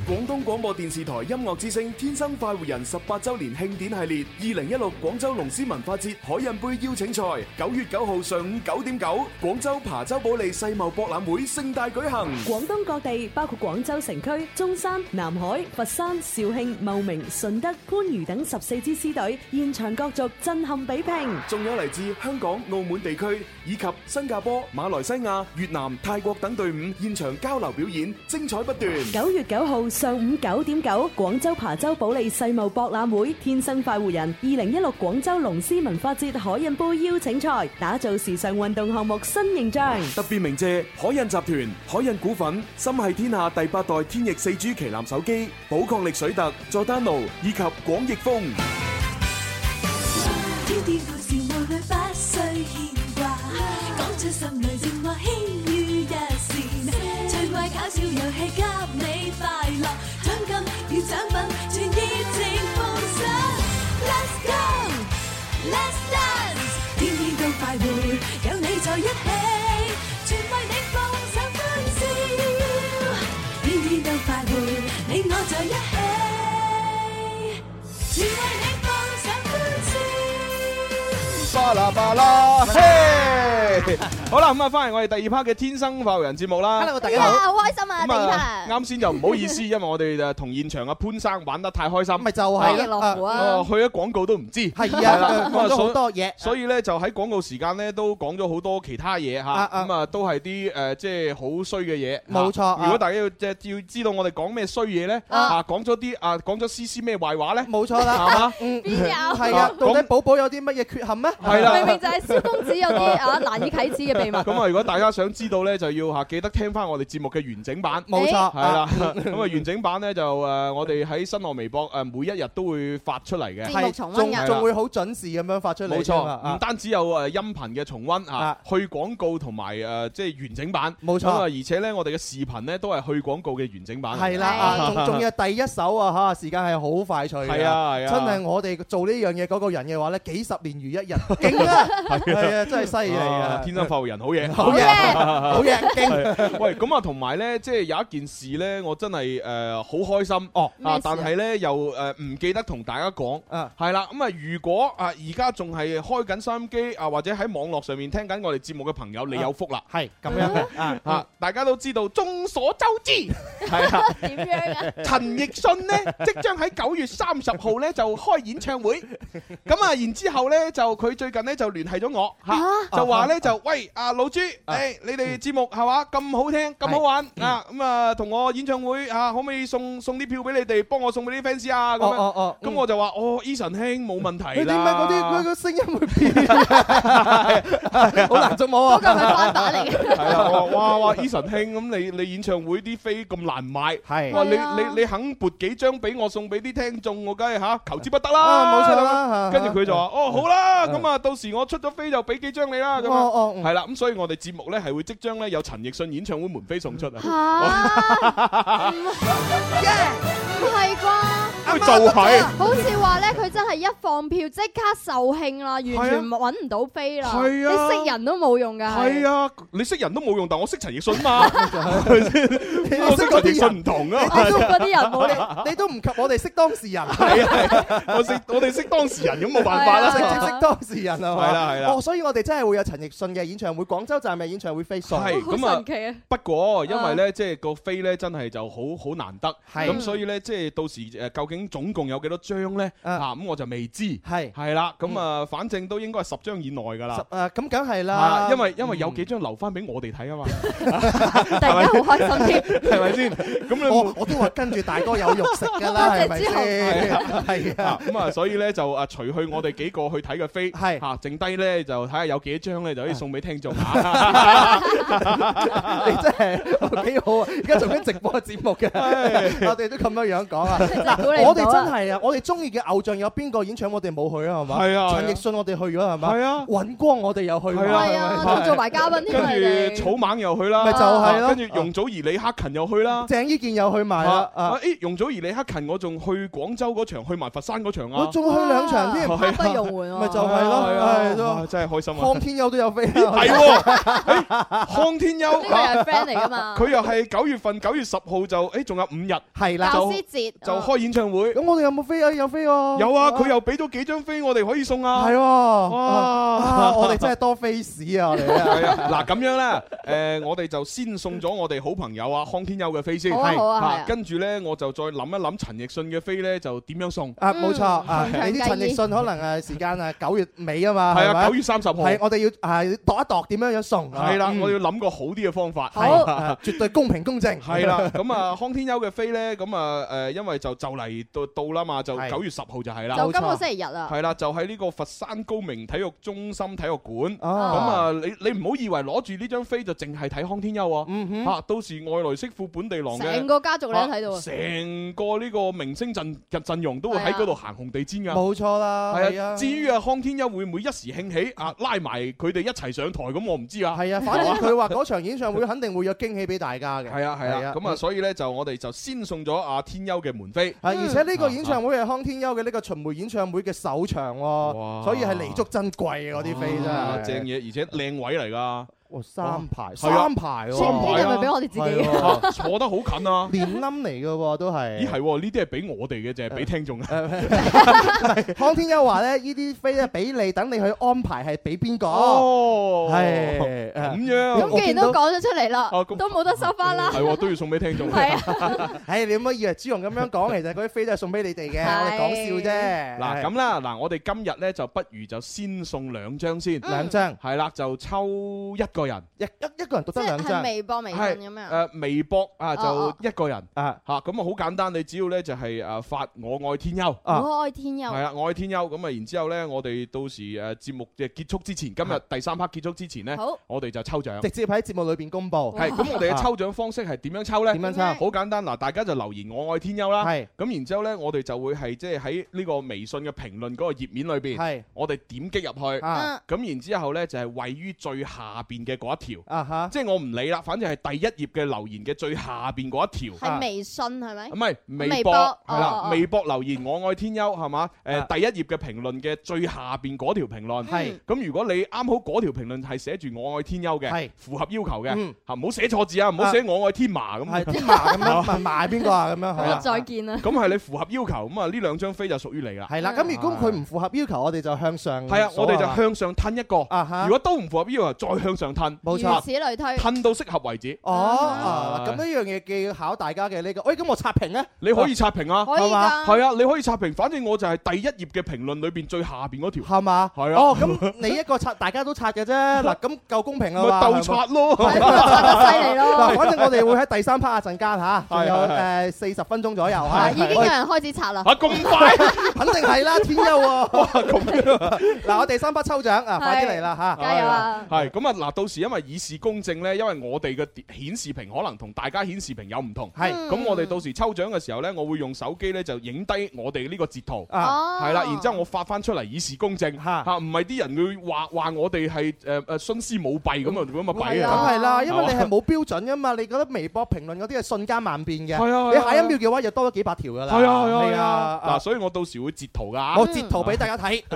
廣東廣播電視台音樂之聲《天生快活人》十八週年慶典系列，二零一六廣州龍獅文化節海印杯邀請賽，九月九號上午九點九，廣州琶洲保利世貿博覽會盛大舉行。
廣東各地包括廣州城區、中山、南海、佛山、肇慶、茂名、順德、番禺等十四支獅隊現場角逐，震撼比拼。
仲有嚟自香港、澳門地區以及新加坡、馬來西亞、越南、泰國等隊伍現場交流表演，精彩不斷。
九月九號上午九點九，廣州琶洲保利世貿博覽會「天生快活人」二零一六廣州龍獅文化節海印杯邀請賽，打造時尚運動項目新形象。
特別鳴謝海印集團、海印股份、心系天下第八代天翼四 G 旗艦手機、寶礦力水特、佐丹奴以及廣益豐。
天天故事母女不需牽掛，講出心裏情話輕於一線。趣味搞笑遊戲給你快樂，獎金與獎品全熱情奉上。Let's go，Let's dance，天天都快活，有你在一起，全為你放上歡笑。天天都快活，你我在一起，全為你放上歡笑。
巴啦巴啦， 嘿！好啦，咁啊，翻嚟我哋第二 part 嘅天生快活人節目啦。
Hello，大
哎
家
呀，
好。
好開心啊！
咁
第二
啊，
排
啱先就唔好意思，因為我哋誒同現場嘅潘生玩得太開心，
咪就係
咯樂乎啊
哦去咗廣告都唔知，
係
係啦
啊，
咁啊
講咗
所
好多嘢。
所以咧就喺廣告時間咧都講咗好多其他嘢嚇，
啊啊
咁啊都係啲誒即係好衰嘅嘢。
冇錯
嚇
啊
如果大家要即係要知道我哋講咩衰嘢咧，
啊
啊講咗啲啊講咗詩詩咩壞話咧，
冇錯啦，
係嘛？
嗯，
邊有
係啊
啊，
到底
講
寶寶有啲乜嘢缺陷咧？
係啦
明明就係蕭公子有啲啊難以啟齒嘅秘密。
咁啊，如果大家想知道咧，就要嚇記得聽翻我哋節目嘅完整版。
冇錯，
係
啊
啦，咁啊完整版咧就誒，我哋喺新浪微博誒每一日都會發出嚟嘅。
節目
係
重溫
仲
日
仲會好準時咁樣發出嚟
冇
㗎
錯，
嘛啊
唔單止有誒音頻嘅重温啊
啊，
去廣告同埋誒即係完整版。
冇錯
咁啊，而且咧我哋嘅視頻咧都係去廣告嘅完整版嚟嘅。
係啦，
係
啊，仲 仲要係第一首啊嚇，時間係好快脆㗎
係啊係啊
真係我哋做呢樣嘢嗰個人嘅話咧，幾十年如 一日，勁啊！係啊，真係犀利
啊
啊！
天生發育人好嘢，
好嘢，好嘢，勁！
係喂，咁啊，同埋咧，即係有一件事咧，我真係誒好開心哦
咩事
啊
啊！
但係咧又誒唔記得同大家講
啊，
係啦。咁啊，如果啊而家仲係開緊收音機啊，或者喺網絡上面聽緊我哋節目嘅朋友，你有福啦！
啊係咁樣嘅啊
啊！大家都知道，眾所周知，係啊，
點樣啊？
陳奕迅呢，即將喺九月三十號呢就開演唱會，咁啊，然之後呢，就佢最近呢就聯繫咗我嚇，就話呢就喂啊老朱，誒你哋節目係嘛咁好聽咁好玩
嗯
啊咁啊同我演唱會啊可唔可以送送啲票俾你哋，幫我送俾啲 fans 啊咁樣
哦哦
咁我就話哦 Eason 兄冇問題
你點解
啦。
嗰啲佢個聲音會變？ 好難捉摸啊！嗰個係翻版嚟嘅。
係啊，我話哇哇，Eason 兄咁你你演唱會啲飛咁難買，係哇你
係啊
你你肯撥幾張俾我送俾啲聽眾，我梗係嚇求之不得
啊
啦，
冇錯啦
咁跟住佢就話
啊
哦好啦，咁啊到時我出咗飛就俾幾張你啦，咁
哦哦
啊係啦，咁所以我哋節目咧係會即將咧有陳奕迅演唱會門飛送出
嚇
啊，
唔係啩？
喂就 係
好似話咧，佢真係一放票即刻售罄啦，完全揾唔到飛啦。
啊係啊
你識人都冇用㗎。
係啊，你識人都冇用，但我識陳奕迅 嘛，係咪先我識陳奕迅唔同啊，
你都嗰啲人 冇你，你都唔及我哋識當事人。係
我識我哋識當事人咁冇辦法啦，
直接識當事人啊嘛。
係啦係啦
哦，所以我哋真係會有陳奕迅嘅演唱會，廣州站嘅演唱會飛送。
係咁啊！不過因為咧，即係個飛咧，真係就好好難得。
係
咁，所以咧，即係到時誒，究竟總共有幾多張咧？啊，咁我就未知。
係
係啦，咁啊，反正都應該係十張以內㗎啦。
誒，咁梗係啦
啊，，因為因為有幾張留翻俾我哋 睇啊嘛。
突然間好開心添，
係咪先？咁你
我我都話跟住大哥有肉食㗎啦，係 咪先？係
啊，咁啊，所以咧就啊，除去我哋幾個去睇嘅飛，係嚇，剩低咧就睇下有幾張咧，就可以送俾聽 眾啊。
你真係幾好啊！而家做緊直播節目嘅，我哋都咁樣樣講啊！ 嗱
估你唔到啊
我哋真係啊，我哋中意嘅偶像有邊個演唱我哋冇去啊？係嘛？
係啊係啊
陳奕迅我哋去咗係嘛？
係啊，
尹光我哋又去喎。
係啊係啊仲做埋
嘉賓添啊
跟
你
住草蜢又去啦，
咪就係咯
啊跟住容祖兒、李克勤又去啦。
鄭伊健又去埋啦。啊
啊！誒，容祖兒、李克勤，我仲去廣州嗰場，去埋佛山嗰場啊！
我仲去兩場添，
係啊
咪就係咯，
係
係
啊，
咯
哇。真係開心啊！
康天庥都有飛啊，
係喎，誒康天庥
呢個又 係啊 friend 嚟㗎嘛
佢又係九月份九月十號就誒，仲有五日
係啦
就
教師節
就
啊
開演唱會。
咁我哋有冇飛啊？有飛喎。
有啊，佢又俾咗幾張飛我哋可以送啊。
係喎。啊
哇！
我哋真係多 face 啊！我哋啊
係啊，嗱咁樣啦，誒，我哋就先送咗我哋好朋友啊康天庥嘅飛先，
好啊好啊
嚇
係啊
跟住咧我就再諗一諗陳奕迅嘅飛咧就點樣送
啊，冇錯啊！
係
你啲陳奕迅可能誒時間啊九月尾啊嘛，
係啊
咪
9月30號
係我哋要啊度一度點樣樣送啊，
係啦，
嗯
我要諗個好啲嘅方法，
係啊絕對公平公正，
係 啦，咁啊，康天庥嘅飛咧，咁啊，誒，因為就就嚟到到啦嘛，就九月十號就係啦，
就今個星期日啦。
係啦，就喺呢個佛山高明體育中心體育館。咁啊，
哦
你你唔好以為攞住呢張飛就淨係睇康天庥
啊，
嚇到時外來媳婦本地郎嘅
成個家族你都睇到啊啊
啊成個呢個明星陣陣容都會喺嗰度行紅地氈㗎。
冇錯啦，
係
係
啊，
啊，
至於啊康天庥會唔會一時興起啊拉埋佢哋一齊上台咁，我唔知啊。
係啊，反正佢話嗰場演唱會肯定會有驚喜俾大家嘅，
係啊係啊，咁啊，所以咧就我哋就先送咗阿天庥嘅門飛，
嗯啊！而且呢個演唱會係康天庥嘅呢個巡迴演唱會嘅首場喎，所以係彌足珍貴嘅嗰啲飛真
啊
係
正嘢，而且靚位嚟㗎。
三排
係啊
三排喎，
三排啊呢啲係咪俾我哋
自己
係
啊
喎
坐得好近啊，
連冧嚟嘅喎都係
咦。係喎，呢啲係俾我哋嘅，就係俾聽眾
啊。康天庥話咧：呢啲飛咧俾你，等你去安排係俾邊個？
哦
係
咁樣
咁既然都講咗出嚟啦，
啊咁嗯
都冇得收翻啦。
係喎，都要送俾聽眾。
係啊
唉，你唔好以為朱容咁樣講，其實嗰啲飛都係送俾你哋嘅，我哋講笑啫。
嗱咁啦，嗱我哋今日咧就不如就先送兩張先，
兩張
係啦，就抽一個人，
一一一個人獨得兩
係
張，
微博、微信咁樣。
誒微博啊
哦
就一個人
啊
嚇，咁啊好簡單，你只要咧就係誒發我愛天庥
哦我愛天庥。
係啊，我愛天庥咁啊，然之後咧，我哋到時誒節目嘅結束之前，今日第三 part 結束之前咧
好，
我哋就抽獎。
直接喺節目裏邊公佈。
係咁，我哋嘅抽獎方式係點樣抽呢？
啊點樣抽點樣
好簡單嗱，大家就留言我愛天庥啦。
係
咁，然之後呢，我哋就會係即係喺呢個微信嘅評論嗰個頁面裏邊，
係
我哋點擊入去。
啊
咁然之後呢，就係位於最下邊嘅嗰一條。
啊哈！
即係我唔理啦，反正係第一頁嘅留言嘅最下邊嗰一條。
啊
係微信係咪？
唔係微
微
博
博
係
哦
啦，
哦
微博留言我愛天庥係嘛？誒第一頁嘅評論嘅最下邊嗰條評論
係
咁，如果你啱好嗰條評論係寫住我愛天庥嘅
係，
符合要求
嗯
嘅嚇，唔好寫錯字啊，唔好寫我愛天麻咁。
係天麻咁 樣，
係
埋埋邊個啊？咁樣係
啦
啦。
再見啦。
咁係你符合要求咁啊，呢兩張飛就屬於你啦。
係
啊
啦，咁如果佢唔符合要求，我哋就向上。啊
係啊，我哋就向上褪一個。
啊哈
如果都唔符合要求，再向上褪，
冇
錯如此類推
褪到適合為止。
哦，啊咁呢樣嘢既要考大家嘅呢個，喂，咁我刷屏咧，
你可以刷屏啊，
可以㗎
係嘛係啊，你可以刷屏，反正我就係第一頁嘅評論裏邊最下邊嗰條，
係嘛？
係啊。
哦，咁你一個刷，大家都刷嘅啫，嗱，咁夠公平啦嘛，
咪鬥刷咯
係 咪刷得犀利咯。
係
嗱，反正我哋會喺第三 part 啊陣間嚇，仲有
係係
誒四十分鐘左右嚇，
啊已經有人開始刷啦。
啊咁快，
肯定 係啦，天優喎。 嗱，我第三 part 抽獎啊，
係
快啲嚟啦嚇！
加油啊！
係咁啊！嗱，到時因為以示公正呢，因為我哋嘅顯示屏可能同大家顯示屏有唔同，
係嗯
咁我哋到時抽獎嘅時候呢，我會用手機呢就影低我哋呢個截圖，
啊哦
係啦，然之後我發翻出嚟以示公正，嚇唔係啲人會話話我哋係誒誒徇私舞弊咁啊咁啊弊
梗
啊！
係啦，因為你係
嘛
冇標準噶嘛，你覺得微博評論嗰啲係瞬間萬變嘅，
係啊
你下一秒嘅話就多咗幾百條噶啦，
係啊係啊
係
係
啊
啊！
啊
嗱，所以我到時會截圖噶，
我截圖俾大家睇。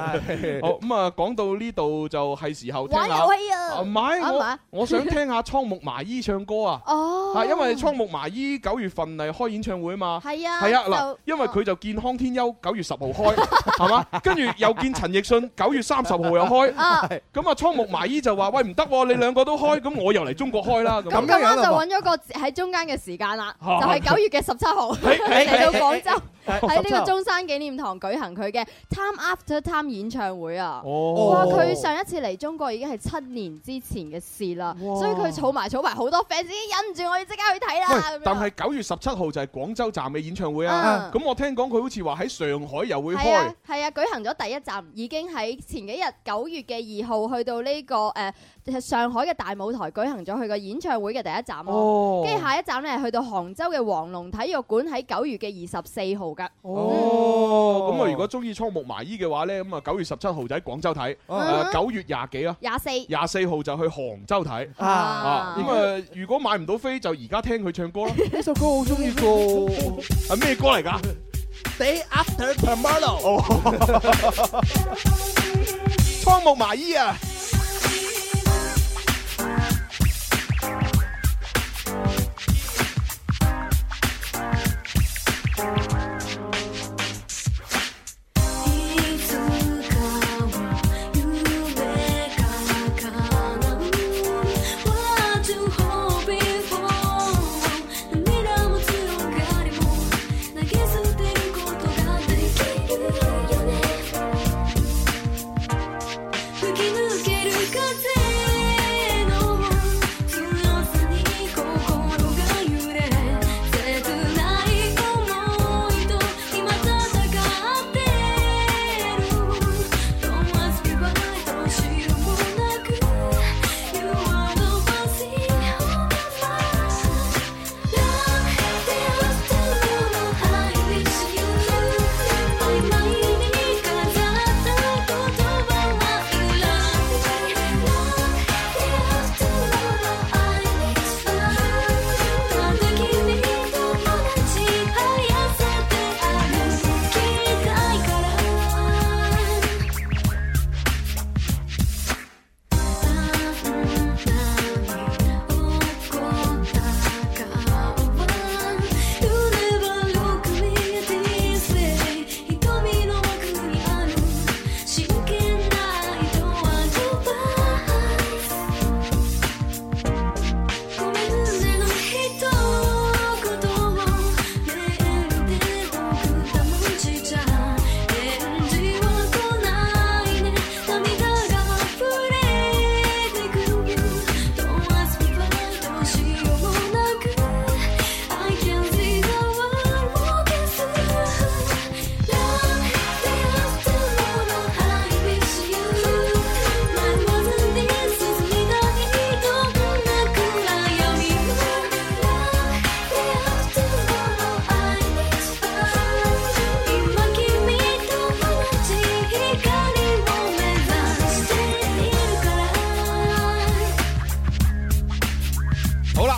好咁啊，講到呢度就係時候聽下。
玩遊戲啊
唔
玩唔玩
係 我，我想聽下倉木麻衣唱歌啊。
哦
啊，因為倉木麻衣九月份嚟開演唱會啊嘛。
係啊
係啊，
就
嗱，因為佢就見康天庥九月十號開，係嘛？跟住又見陳奕迅九月三十號又開。咁
啊
啊，倉木麻衣就話：喂，唔得喎，你兩個都開，咁我又嚟中國開啦。咁哦
咁啊今晚就揾咗個喺中間嘅時間 啦，就
嚇
係九月嘅十七 號
哎
嚟到廣州，
哎哎
喺呢個
17
中山紀念堂舉行佢嘅 Time After Time 演唱會啊！
哦
哇！佢上一次嚟中國已經係七年之前嘅事啦，所以佢儲埋儲埋好多 fans，已經忍唔住我要即刻去睇
喂
啊啦。咁樣
但係九月十七號就係廣州站嘅演唱會
啊
啊。咁我聽講佢好似話喺上海又會
係
開
啊。，係啊，舉行咗第一站，已經喺前幾日九月嘅二號去到呢、個誒、上海嘅大舞台舉行咗佢個演唱會嘅第一站咯。
哦
跟住、下一站咧去到杭州嘅黃龍體育館喺九月嘅二十四號㗎。
哦，咁啊，如果中意倉木麻衣嘅話呢，咁啊九月十七號就喺廣州睇，
嗯
誒九月廿幾啊，
廿四
廿四號就去杭州睇，
啊
啊，咁啊如果買唔到飛就而家聽佢唱歌啦，
呢首歌好中意個。
係咩歌嚟㗎？
Day after tomorrow，
倉木麻衣啊！
「ムキムキ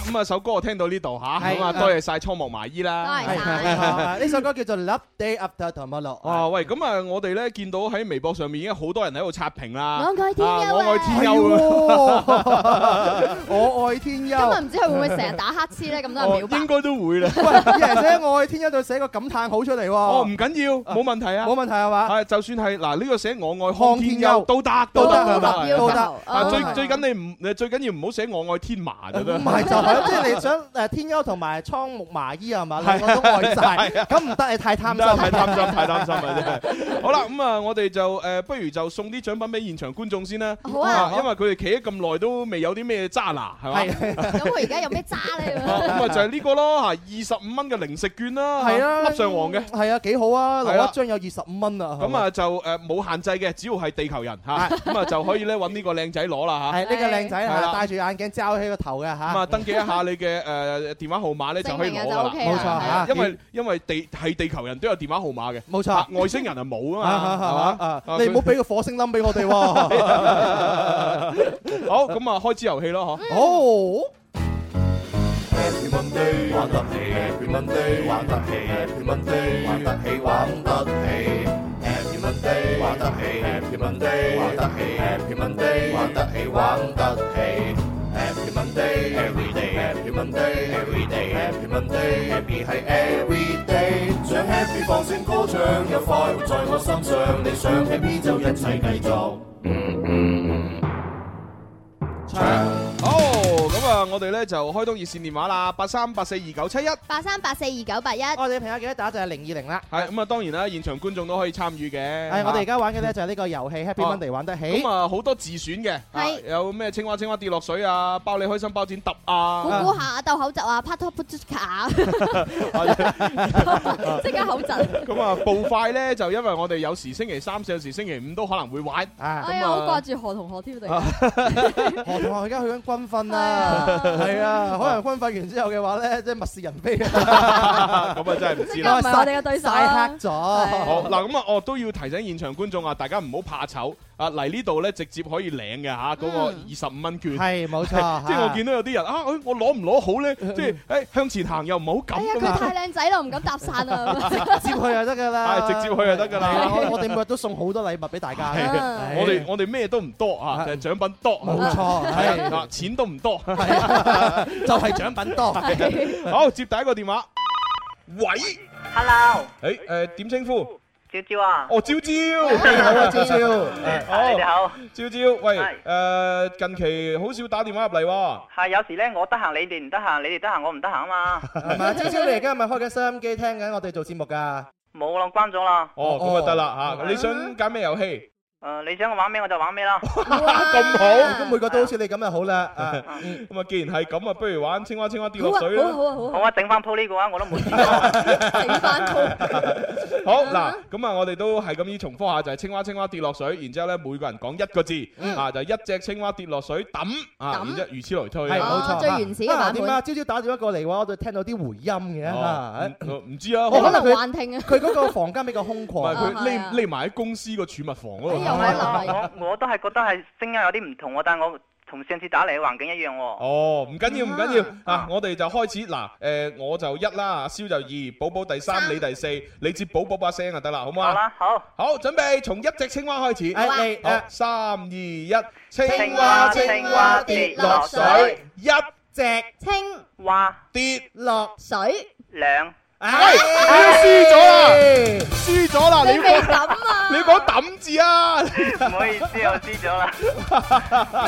咁啊首歌我聽到呢度吓，咁啊
係
多謝晒蒼木麻衣啦，
係係係呢首歌叫做《Love Day After Tomorrow》。
哦，喂，咁啊，我哋咧見到喺微博上面已經好多人喺度刷屏啦，
我愛天
啊
優啊
我愛天優啊，
我愛天
今日唔知佢會唔會成日打乞嗤咧？咁多人秒白
哦應該都會啦。
喂，而且我愛天一度寫個感嘆號出嚟 喎。
哦，唔緊要，冇問題啊，
冇問題係嘛？
係，就算係嗱呢個寫我愛康天
康天
庥
庥
都得，
都得
係
都
嘛
得都得
啊，
哦
最最緊你唔，你最緊要唔好寫我愛天麻就得。
唔係就係，即 係你想誒天優同埋倉木麻衣係嘛？兩個都愛晒，
係啊
咁唔得你太貪
唔得
心，
太貪心，太擔心啦！真係。好啦，咁啊，我哋就誒，不如就送啲獎品俾現場觀眾先啦。
好啊
因為佢哋企咗咁耐都未有啲咩渣拿，係嘛？
咁我而家有咩渣咧？
哦咁啊，就係呢個咯嚇，二十五蚊嘅零食券啦，
係啊
粒上皇嘅。
係啊，幾好啊！
係啦
攞一張有二十五蚊啊！
咁啊就誒冇限制嘅，只要係地球人嚇，咁啊就可以咧揾呢個靚仔攞啦嚇。
係呢個靚仔
係
啊，
啦
戴住眼鏡罩起個頭嘅
咁啊，
嚇。
登記一下你嘅誒電話號碼咧，就可以攞噶啦。
證明啊就 OK 啦冇錯嚇
因為因為地係地球人都有電話號碼嘅，
冇錯
啊外星人啊冇
啊啊
啊嘛，
啊
係嘛？
啊你唔好俾個火星冧俾我哋喎。
好，咁啊，開始遊戲咯，嗬。
哦。
Happy Monday 玩得起，Happy Monday 玩得起，Happy Monday 玩得起玩得起，Happy Monday 玩得起，Happy Monday 玩得起，Happy Monday 玩得起玩得起，Happy Monday every day，Happy Monday every day，Happy Monday happy 係 every day，想 Happy 放聲歌唱，有快活在我心上，你想 Happy 就一齊繼續。
好，咁啊，我哋咧就開通熱線電話啦，八三八四二九七一。
八三八四二九八一，
我哋朋友記得打就係零二零啦。
係咁啊，當然啦，現場觀眾都可以參與嘅。
係我哋而家玩嘅咧就係呢個遊戲 Happy
哦
Monday 玩得起
咁。啊，好多自選嘅，啊有咩青蛙青蛙跌落水啊，包你開心包剪揼
估
啊，
估下鬥口窒啊，拍拖 put 卡，即刻口窒。
咁啊，步快咧就因為我哋有時星期三、有時星期五都可能會玩。啊
哎
哎
呀，好掛住何同學添，
啊
突然間
何同學而家去緊軍訓啦，係啊，可能軍訓完之後嘅話咧，即係物是人非 啊，
咁啊真係唔知啦。
即刻唔
啦，
係我哋嘅對手啦
曬黑咗。
好嗱，咁啊，我都要提醒現場觀眾啊，大家唔好怕醜啊，嚟呢度咧直接可以領嘅嚇，嗰個二十五蚊券。
嗯係冇錯 嗯
係即係我見到有啲人啊，哎我攞唔攞好咧？即係誒向前行又唔好
哎呀，
咁㗎
佢
嘛
太。靚仔啦，唔敢搭訕 啊！
直接去就得㗎啦，
係直接去就得㗎啦
係啊我我哋每日都送好多禮物俾大家
係
嘅，係
我哋我哋咩都唔多啊，就係獎品多。
冇錯
係
係
啊，錢都唔多。
就係獎品多。
好，接第一個電話。喂，
Hello，
誒誒點稱呼？
朝朝啊，
哦，朝朝，你好啊，朝朝。
啊你哋好，
朝朝，喂，誒近期好少打電話入嚟喎。
係有時咧，我得閒你哋唔得閒，你哋得閒我唔得閒啊嘛，
係咪啊？朝朝你而家係咪開緊收音機聽緊我哋做節目㗎？
冇啦，關咗啦。
哦，咁啊得啦嚇，你想揀咩遊戲？
誒，你想我玩咩我就玩咩啦。
咁好，
咁每個都好似你咁就好啦。
咁啊，既然係咁啊，不如玩青蛙青蛙跌落水啦。
啊好
啊，好啊，整翻鋪呢個啊，我都冇試過。
好嗱，咁啊，我哋都係咁依重複下，就係青蛙青蛙跌落水，然之後咧每個人講一個字，啊就係一隻青蛙跌落水揼啊，然之後如此類推。
係冇錯，啊
版本
點啊？朝朝打電話過嚟嘅話，我就聽到啲回音嘅
哦
嚇。
唔唔知啊，
可能
幻聽啊！
佢嗰個房間比較空
唔
曠，啊
係佢匿匿埋喺公司個儲物房
哎
嗰度。
我我都係覺得係聲音有啲唔同喎，但係我同上次打嚟嘅環境一樣喎。
哦，唔緊要唔緊要啊！我哋就開始嗱，誒我就一啦，阿蕭就二，寶寶第三，你第四，你接寶寶把聲就得啦，好唔好
好
啊？
啦，好。
好，準備從一隻青蛙開始。
好啊
嚟
好
好，三二一，青
青
蛙
蛙
青
青
蛙
蛙
跌
跌
落
落
水
水，
一隻
青
蛙
跌
落
水，
兩。
哎，你輸咗啦，輸咗啦！你
你未
講
抌
啊？
你講抌字啊？
唔好意思，我知咗啦。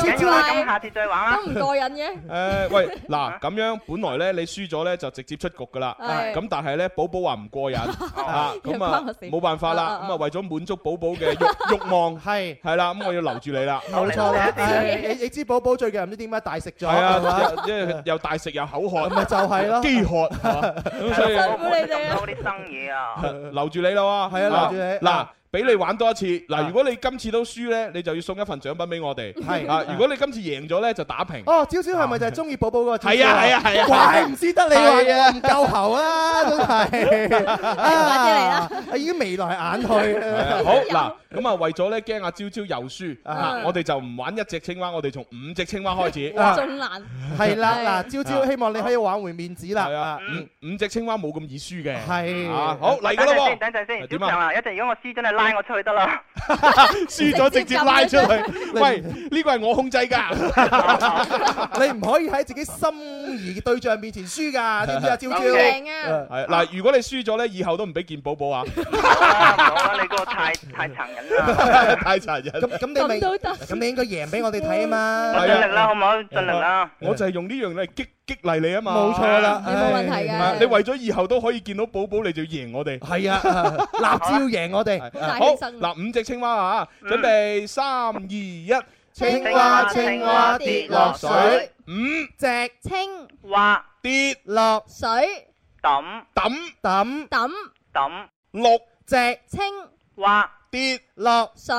唔
知
緊要啦，咁下次再玩啦。
都唔過癮嘅。
誒喂，嗱咁樣，本來咧你輸咗咧就直接出局噶啦，
係
咁但係咧寶寶話唔過癮啊，咁
關
啊
我事
冇辦法啦，咁啊為咗滿足寶寶嘅慾慾望，
係
係啦，咁我要留住你啦，
冇錯啦。係你你知寶寶最近唔知點解大食 咗，
係
係嘛
啊，即係又大食又口渴，
咪就係咯
飢渴，係嘛咁所以
我哋咁多啲生嘢啊！
留住你啦喎，
係啊留住你
嗱，俾你玩多一次。嗱，如果你今次都輸呢，你就要送一份獎品俾我哋。
係
啊，如果你今次贏咗呢，就打平。
哦，朝朝係咪就係中意寶寶嗰個招招？
係啊係啊係啊
怪唔之得你話
係啊
我唔夠喉啦，真係啊！已經眉來眼去
係啊好嗱，咁啊為咗咧驚阿朝朝又輸，啊
啊
我哋就唔玩一隻青蛙，我哋從五隻青蛙開始。 啊
哇
仲難
係啦，
係
嗱，朝朝希望你可以挽回面子
係
啦
啊。，五五隻青蛙冇咁易輸嘅。
係
啊，好嚟噶
等陣
啦
先，等陣
係
先，
點
小
啊
強啊，一陣如果我輸咗，你拉我出去得啦。
喎，輸咗直接拉出去。喂， 呢個係我控制㗎。
你唔可以喺自己心儀對象面前輸㗎，知唔知啊？朝朝
咁勁
啊！係嗱，如果你輸咗咧，以後都唔俾見寶寶啊！
哇，你個太太殘忍啦。
太殘忍。
咁咁你咪咁你應該贏俾我哋睇啊嘛。
Ờ,
我
dạ.
盡力啦，好唔好？盡力啦。
我就係用呢樣嚟激激勵你啊嘛。
冇錯啦你冇問題
唉
嘅
啊你為咗以後都可以見到寶寶，你就要贏我哋。
係啊，立招贏我哋。
好嗱，五隻青蛙啊，準備三二一，
青蛙青蛙跌落水，
五
隻
青
蛙
跌
落
水，
抌
抌
抌
抌
抌
六
隻
青
蛙
跌
落
水，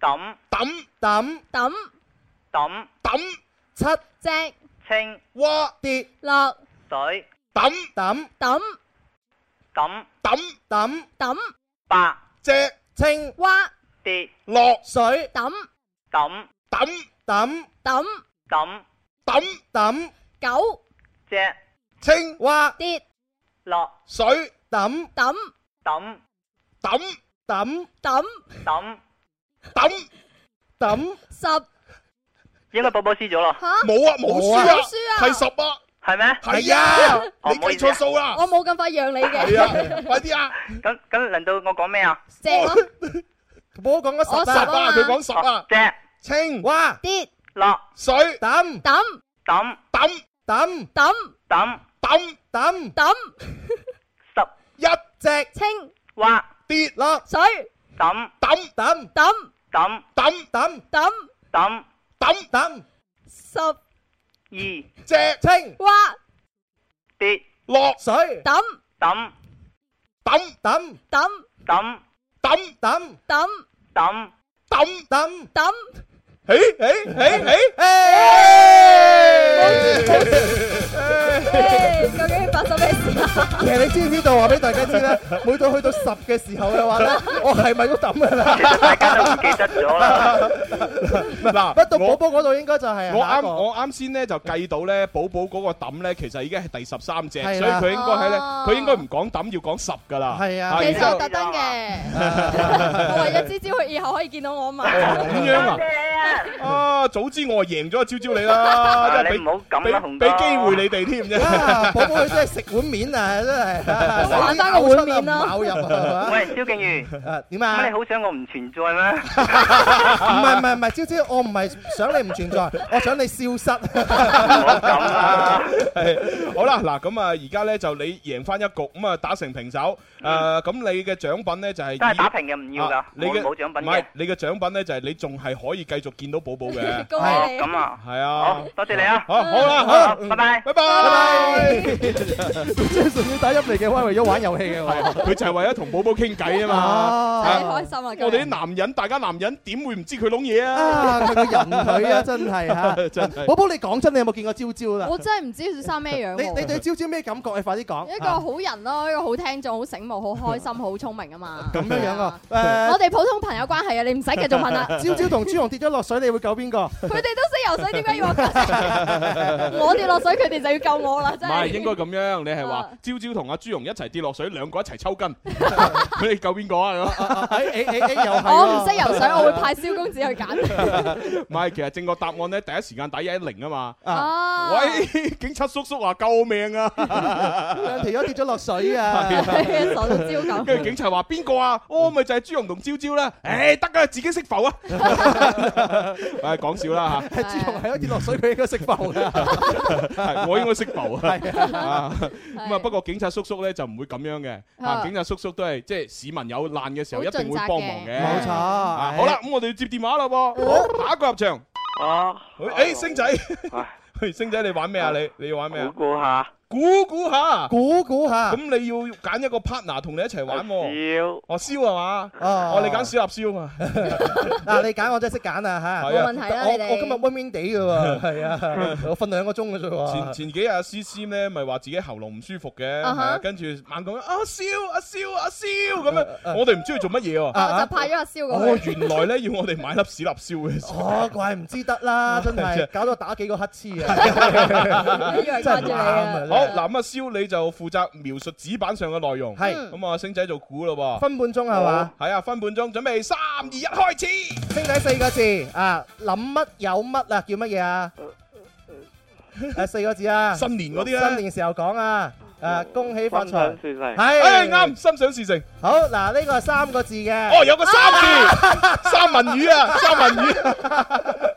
抌
抌
抌
抌
抌
抌
七
隻
青
蛙
跌
落
水
抌
抌
抌
抌
抌
抌
抌
八
隻
青
蛙
跌
落
水，
抌
抌
抌
抌
抌
抌
抌
抌
九
隻
青
蛙
跌
落
水，
抌
抌
抌
抌
抌
抌
抌
抌
抌
十
應該寶寶輸咗咯。
嚇
冇啊冇輸啊
冇輸啊
係十啊，
係咩？
係啊
哦
你計錯數啦
我冇咁快讓你嘅，
係啊快啲 啊！
咁咁輪到我講咩啊？
隻咯
我講咗十
我十啊嘛
啊，
佢講十啊
隻
青
蛙
哦跌
落
水
抌
抌
抌
抌
抌
抌
抌
抌
抌
抌
一
隻
青
蛙
跌
落
水，
抌
抌
抌
抌
抌
抌
抌
抌
抌
抌
抌
十
二
隻
青
蛙
跌
落
水，
抌
抌
抌
抌
抌
抌
抌
抌
抌
抌
抌，
抌
抌
誒誒誒誒。
誒究竟發生咩事啊？
其實你知唔知道話俾大家知咧？每到去到十嘅時候嘅 話咧，我係咪都抌㗎啦？
嗱，
不到寶寶嗰度應該就係
我
下一
啱
個
我啱先咧就計到咧，寶寶嗰個抌咧，其實已經係第十三隻，所以
係啦
佢應該係咧，
哦
佢應該唔講抌，要講十噶啦。
係啊
其
然之
實
後
我特登 嘅，我為咗支招，佢以後可以見到我嘛。
咁樣啊！啊，早知我係贏咗招招你啦， 真係俾
你唔好咁啦
俾
紅哥
俾機會你哋添
啊
啫。
寶寶佢真係食碗面啊！真係
玩
翻
個
碗面啦，唔咬入
à,
啊！
喂，蕭敬瑜，
點啊
咁你好想我唔存在 咩？
唔係唔係唔係，朝朝我唔係想你唔存在，我想你消失。
係 好啦，嗱咁啊，而家咧就你贏翻一局，咁啊打成平手。誒，咁你嘅獎品咧就係
都係
以
打平嘅，唔要㗎
啊你嘅
冇冇獎品嘅
唔係你嘅獎品咧就係你仲係可以繼續見到寶寶嘅。
恭喜 你哦咁啊
係啊，
好多謝你啊
好，好
à,
啦，
好
好，
拜拜
拜拜，拜
即係純粹打入嚟嘅，我係為咗玩遊戲嘅
係啊
喎。
佢就係為咗同寶寶傾偈啊嘛
À.
哦。
係
真係開心啊
我
今日
哋啲男人，大家男人點會唔知佢窿嘢啊？
啊！佢個人佢啊，真係嚇！
真係
寶寶，你講真，你有冇見過朝朝啦？
我真係唔知佢生咩樣
你你對
喎。
朝朝咩感覺？你快啲講。
一個
啊
好人咯，一個好聽眾，好醒目，好開心，好聰明啊 嘛。
咁樣樣啊！
我
誒，
哋普通朋友關係啊，你唔使繼續問 啦。
朝朝同朱紅跌咗落水，你會救邊個？
佢哋都識游水，點解要我救佢？我跌落水，佢哋就要救我啦，
唔
真
係應該
係。
咁樣，你係話朝朝同阿朱容一齊跌落水，兩個一齊抽 筋，佢哋救邊個啊？
誒誒誒又係喎
我唔識游水，我會派蕭公子去揀。
唔係，其實正確答案咧，第一時間打一一零啊嘛。
啊
喂，警察叔叔話救命啊！
兩條友跌咗落水啊！
傻
係
到焦咁
跟住警察話邊 個啊？哦，咪就係朱容同朝朝啦。
Dạ.
誒，得噶，自己識 浮啊！誒，講笑啦
朱紅係一跌落水，佢應該識浮㗎。
嚇，我應該識浮啊。
係
啊咁啊，
Dạ.
不過警察叔叔咧就唔會咁樣嘅。啊，
啊
警察叔叔都係即係市民有難嘅時候
Dạ. 好
一
盡
定會
責
幫忙嘅。
嘅冇錯
啊
係
好啦，咁我哋要接電話啦喎。好，下一個入場。
啊！
誒，星仔，喂，星仔你玩咩啊？你你要玩咩啊？
估下。
估估下，
估估下。
咁你要揀一個 partner 同你一齊玩喎。
燒，
哦燒係嘛？
哦
哦你揀小鴨燒啊？
嗱，你揀我真係識揀啊嚇，
係啊冇問
題啊
我
你哋
我今日 win win 地嘅喎， 係啊，我瞓兩個鐘嘅啫
前
喎。
前幾日思思咧，咪話自己喉嚨唔舒服嘅，係
啊哈
啊跟住猛咁樣啊燒啊燒啊燒咁樣，我哋唔知佢做乜嘢
我
啊
喎
就。派咗阿蕭過
哦，
去。
原來咧要我哋買粒屎立燒嘅。
哦， 怪唔知得 啦，真係搞到打幾個乞 嗤啊！
以
真係唔啱啊！
好嗱，咁啊，蕭你就負責描述紙板上嘅內容，
係
咁啊，星仔就估咯喎，
分半鐘係嘛？
係啊，分半鐘，準備三二一開始。
星仔四個字啊，諗乜有乜啊？叫乜 嘢啊？誒四個字啊！
新年嗰啲啊
新年時候講啊！誒，恭喜發財！
係
係
啱，心想事成。
好嗱，呢個係三個字嘅。
哦，有個三字， 三文魚啊，三文魚。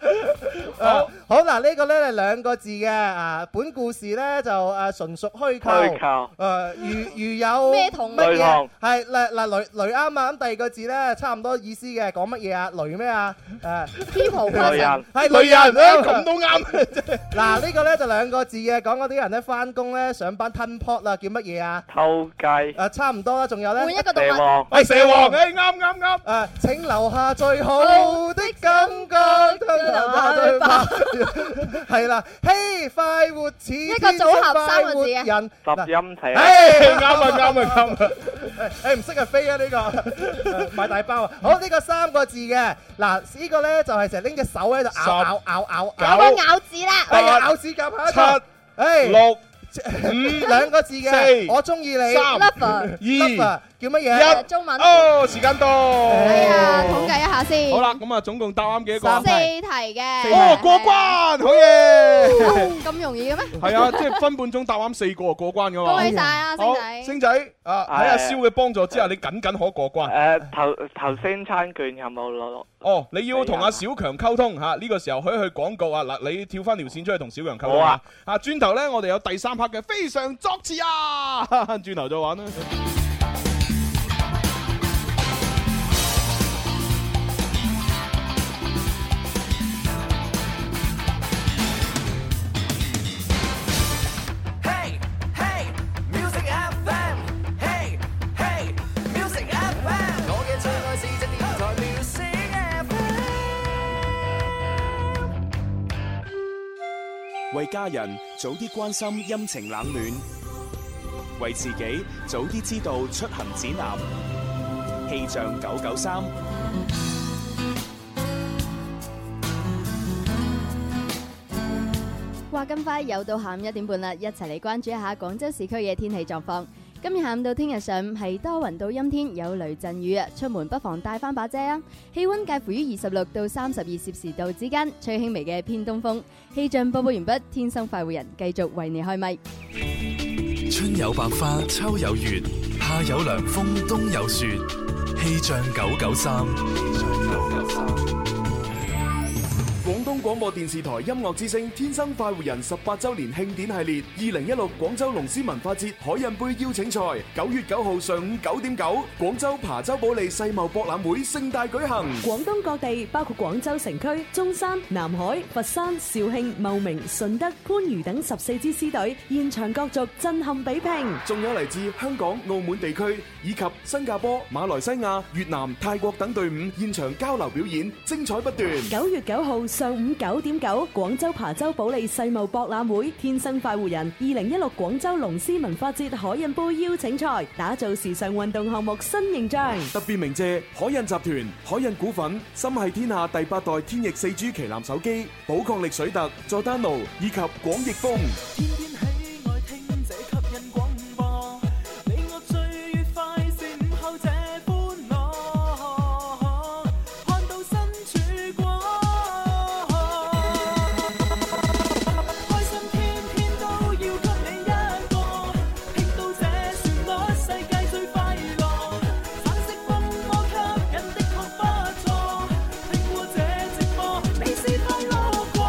好好嗱，呢個咧係兩個字嘅啊，本故事咧就誒純屬虛構，
虛構
誒如如有
咩同
乜嘢雷同
係嗱嗱雷雷啱啊，咁第二個字咧差唔多意思嘅，講乜嘢啊？雷咩啊？誒
People person 雷人
係雷
雷
人
人啊咁都啱。
嗱呢個咧就兩個字嘅，講嗰啲人咧翻工咧上班吞 pot 啦，叫乜嘢啊？
偷雞，
誒差唔多啦，仲有咧
換一個動
蛇王
物。
喂，蛇王，
誒
誒啱啱啱。
請留下最好的感覺，留下最棒。係啦，嘿，快活似一
個組合三個字嘅
人。
十音齊啊，
誒啱啊啱啊啱啊！
誒唔識啊飛啊呢個，買大包啊！好呢個三個字嘅，嗱呢個咧就係成日拎隻手喺度咬咬咬咬
有個咬字啦，
係啊咬指甲下
七
誒
六 五
兩個字嘅，
四
我中意你。
三
lover
二
叫乜嘢？
一
誒，中文。
哦，時間到。
係啊，統計一下先。
好啦，，咁啊，總共答啱幾多個啊
四？題嘅。
哦，過關，好嘢！
咁容易嘅咩？
係啊，即 係分半鐘答啱四個就過關噶嘛。
恭喜晒啊，星
好
仔！
星仔啊，喺阿蕭嘅幫助之下，你僅僅可過關。
誒頭頭先餐券有冇攞？
哦，你要同阿小強溝通吓，呢個時候可以去廣告啊！嗱，你跳翻條線出去同小強溝通
好
啊
啊！
啊，轉頭呢，我哋有第三 part 嘅非常作詞啊！ 轉頭再玩啦。
Hey, hey, music FM. Hey, hey, music FM. 我嘅最愛是只電台 music FM。
为家人早啲关心陰晴冷暖，為自己早啲知道出行指南。氣象九九三，
哇，咁快又到下午一點半啦，一齊嚟關注一下廣州市區嘅天氣狀況。今日下午到聽日上午係多雲到陰天，有雷陣雨啊！出門不妨帶翻把遮啊！氣温介乎於二十六到三十二攝氏度之間，吹輕微嘅偏東風。氣象播報完畢，天生快活人繼續為你開咪。
春有百花，秋有月，夏有涼風，冬有雪。氣象九九三，
廣東廣播電視台音樂之聲《天生快活人》十八周年慶典系列，二零一六廣州龍獅文化節海印杯邀請賽，九月九號上午九點九，廣州琶洲保利世貿博覽會盛大舉行。
廣東各地包括廣州城區、中山、南海、佛山、肇慶、茂名、順德、番禺等十四支獅隊現場角逐，震撼比拼。
仲有嚟自香港、澳門地區以及新加坡、馬來西亞、越南、泰國等隊伍現場交流表演，精彩不斷。
九月九號上午九點九，廣州琶洲保利世貿博覽會天生快活人二零一六廣州龍獅文化節海印杯邀請賽，打造時尚運動項目新形象。
特別鳴謝海印集團、海印股份、心係天下第八代天翼四 G 旗艦手機、寶礦力水特、佐丹奴以及廣益豐。
天天喜愛聽這吸引廣播，你我最愉快是午後這歡樂，看到新曙光，開心天天都要給你一個，聽到這旋律世界最快樂，橙色風波吸引的確不錯，聽過這直播你是快樂過。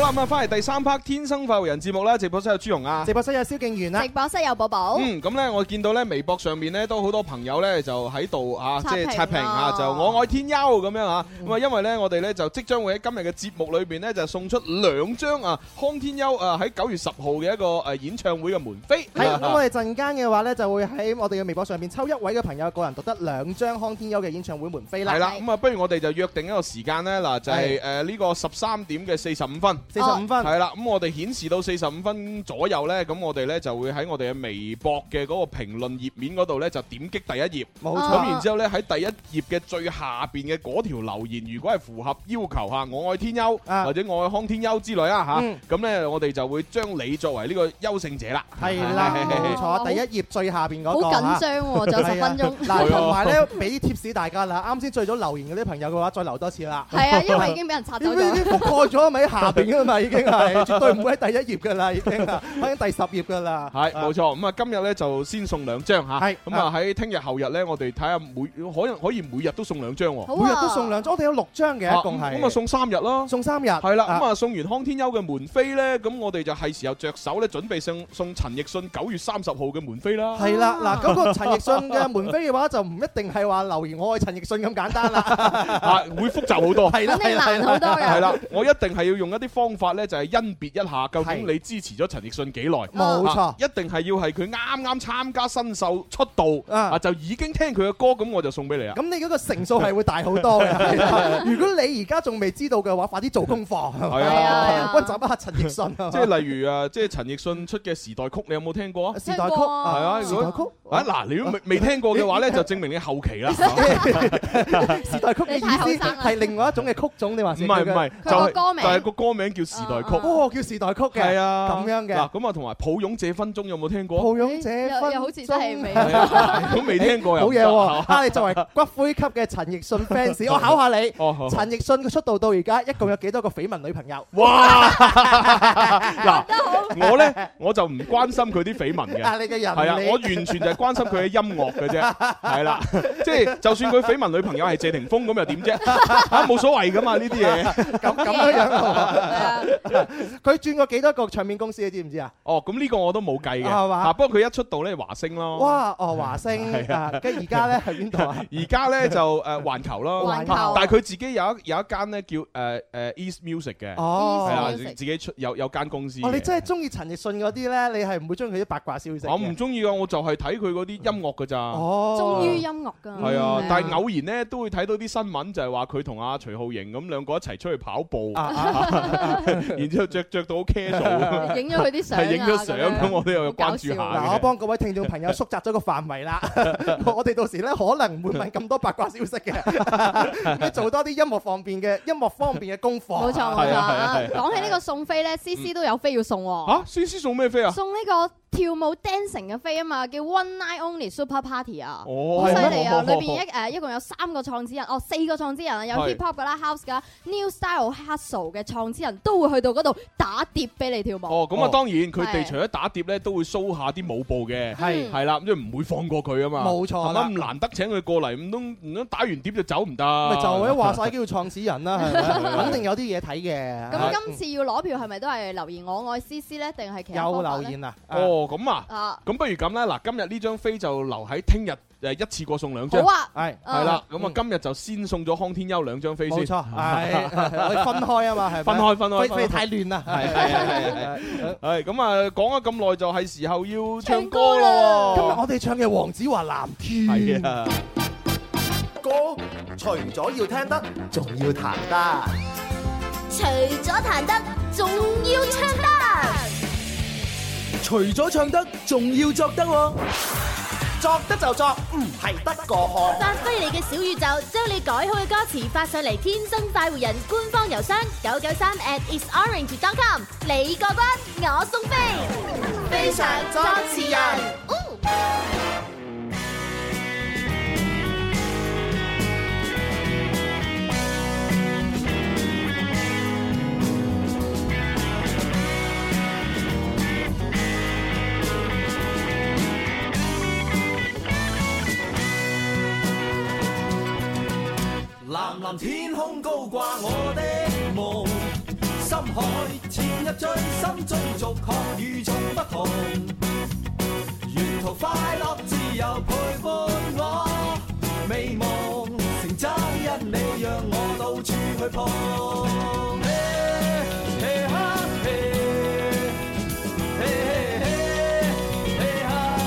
啦，咁啊，翻嚟第三 part《天生快活人》節目啦，直播室有朱容啊，
直播室有 蕭敬元啦，
直播室有寶寶。
嗯，咁咧我見到咧微博上面咧都好多朋友咧就喺度啊，
刷
即係
屏
刷屏啊
啊，
就我愛天優咁樣啊。咁啊，因為咧我哋咧就即將會喺今日嘅節目裏邊咧就送出兩張啊康天優啊喺九月十號嘅一個誒演唱會嘅門飛。
係 咁，我哋陣間嘅話咧，就會喺我哋嘅微博上面抽一位嘅朋友，個人獨得兩張康天庥嘅演唱會門飛啦。
係啦，咁啊，不如我哋就約定一個時間咧，嗱就係
係
誒呢個十三點嘅四十五分，
45分
係啦，咁我哋顯示到四十五分左右咧，咁我哋咧就會喺我哋嘅微博嘅嗰個評論頁面嗰度咧就點擊第一頁，
冇錯
咁然之後咧喺第一頁嘅最下邊嘅嗰條留言，如果係符合要求嚇，我愛天優或者我愛康天優之類啦
啊嗯
嚇，咁咧我哋就會將你作為呢個優勝者啦，
係 啦，冇錯，第一頁最下邊嗰個
好緊張喎 仲有10分鐘
係啊嗱，同埋咧，俾啲貼士大家啦。啱先最早留言嗰啲朋友嘅話，再留多次啦。
係 啊，因為已經俾人拆走
呢啲覆
咗。
蓋咗咪喺下邊噶嘛，已經係絕對唔會喺第一頁噶啦，已經啊，喺第十頁噶啦。
係冇錯，咁啊今日咧就先送兩張嚇，咁啊
啊
喺聽日後日咧，我哋睇下每可能可以每日都送兩張喎，
每日都送兩張，我哋有六張嘅，
啊
一共係
咁啊送三日咯，
送三日
係啦，
啊
咁啊送完康天庥嘅門飛咧，咁我哋就係時候着手咧，準備送送陳奕迅九月三十號嘅門飛啦。
係啦，嗱，嗰個陳奕迅嘅門飛嘅啊話，就唔一定係話留言我愛陳奕迅咁簡單啦。
啊，會複雜好多，
係啦肯定難好多㗎
係啦，我一定係要用一啲方法咧，就係甄別一下，究竟你支持咗陳奕迅幾耐？
冇錯
啊一定係要係佢啱啱參加新秀出道啊，就已經聽佢嘅歌，咁我就送俾你啦。
咁你嗰個成數係會大好多嘅。係啦如果你而家仲未知道嘅話，快啲做功課，
係啊 係啊
温習一下陳奕迅。
即係例如啊，即係陳奕迅出嘅時代曲，你有冇聽過啊？
時代曲
係啊，
時
如
代曲
果啊嗱，你都未未聽過嘅 話咧，就證明你後期啦。
時代曲嘅意思
à?
係另外一種嘅曲種，你話
唔係唔係，就係就係個歌名叫時代曲。
哦，叫時代曲嘅，
係啊，
咁樣嘅
嗱，。咁啊，同埋抱擁這分鐘有冇聽過？
抱擁
哎
者
又又好似真係未。
係啊 都未聽過又
好
唔得
嘢喎！
嚇
啊，你作為骨灰級嘅陳奕迅 fans，我考下你，
哦好
陳奕迅佢出道到而家一共有幾多個緋聞女朋友？
哇！嗱，我咧我就唔關心佢啲緋聞嘅，
啊你嘅人
係啊，
你
我完全就係關心佢嘅音樂嘅啫， 係啦，即係就算佢緋聞女朋友係謝霆鋒咁又點啫？ 嚇冇所謂噶嘛呢啲嘢。
咁咁樣樣啊喎佢轉過幾多個唱片公司，你知唔知啊？
哦，咁呢個我都冇計嘅，
哦係嘛
啊不過佢一出道咧華星咯。
哇！哦，華星
係啊
啊，跟住而家咧係邊度啊？
而家咧就誒環球咯，
環球
啊但係佢自己有一有一間咧叫誒誒 East Music 嘅，
哦
係啦，
East Music
自己出有有間公司
哦，你
嘅。
真係中意陳奕迅嗰啲咧，你係唔會中意佢啲八卦消息嘅。
我唔中意啊，我就係睇佢嗰啲音樂㗎咋。
哦
忠於音樂㗎。
係啊
嗯，
但係偶然咧都會睇到啲新聞，就係話佢同阿徐浩瑩咁兩個一齊出去跑步，
啊
然之後着着到好 casual，
影咗佢啲相啊
係影咗相
咁樣
咁，我都有關注
啊
嗱，
下嘅。
我幫各位聽眾朋友縮窄咗個範 圍啦。我哋到時咧可能唔會問咁多八卦消 息嘅，你做多啲音樂方面嘅音樂方面嘅功課。
冇錯冇
係啊係啊
錯
係啊，
講起呢個送飛咧，思思都有飛要送喎。
嗯嚇，思思送咩飛啊？
送呢個跳舞 dancing 嘅飛啊嘛，叫 One Night Only Super Party 啊，
哦
好犀利啊！
係
裏
咩
邊一誒一共有三個創始人，哦四個創始人啊，有
係
hip hop 噶啦、house 噶啦、new style、hustle 嘅創始人都會去到嗰度打碟俾你跳舞。
哦，咁啊，當然佢哋
係
除咗打碟咧，都會 show 下啲舞步嘅，
係
係啦，咁即係唔會放過佢啊嘛。
嗯冇錯
係
啦
咪咁難得請佢過嚟，唔通唔通打完碟就走唔得？
咪就係話
啊
晒叫創始人啦，係咪？肯定有啲嘢睇嘅。啊
咁今次要攞票係咪都係留言我愛思思咧，定係其他
有
方法
留
呢
言啊？
哦，咁啊
啊，
咁不如咁啦，嗱，今日呢張飛就留喺聽日誒一次過送兩張，
好啊
係
係啦，
嗯
咁啊今日就先送咗康天庥兩張飛先，
冇錯，係我哋分開啊嘛，係咪
分開分開，
費費太亂啦，
係係係係係，咁啊講咗咁耐就係時候要唱歌
今日
咯
我哋唱嘅《黃子華藍
喎，
天》
係啊。
歌，除咗要聽得，仲要彈得。
除咗彈得，仲要唱得。
除咗唱得，仲要作得喎。
作得就作，唔係得過河。
發揮你嘅小宇宙，將你改好嘅歌詞發上嚟，天生快活人官方郵箱九九三 at isorange.com，你過關，我送飛，
非常作詞人。
藍藍天空高掛我的夢，深海，潛入最深追逐，學與眾不同。沿途快樂自由陪伴我，美夢成真因你，讓我到處去碰。嘿嘿哈嘿嘿嘿嘿嘿哈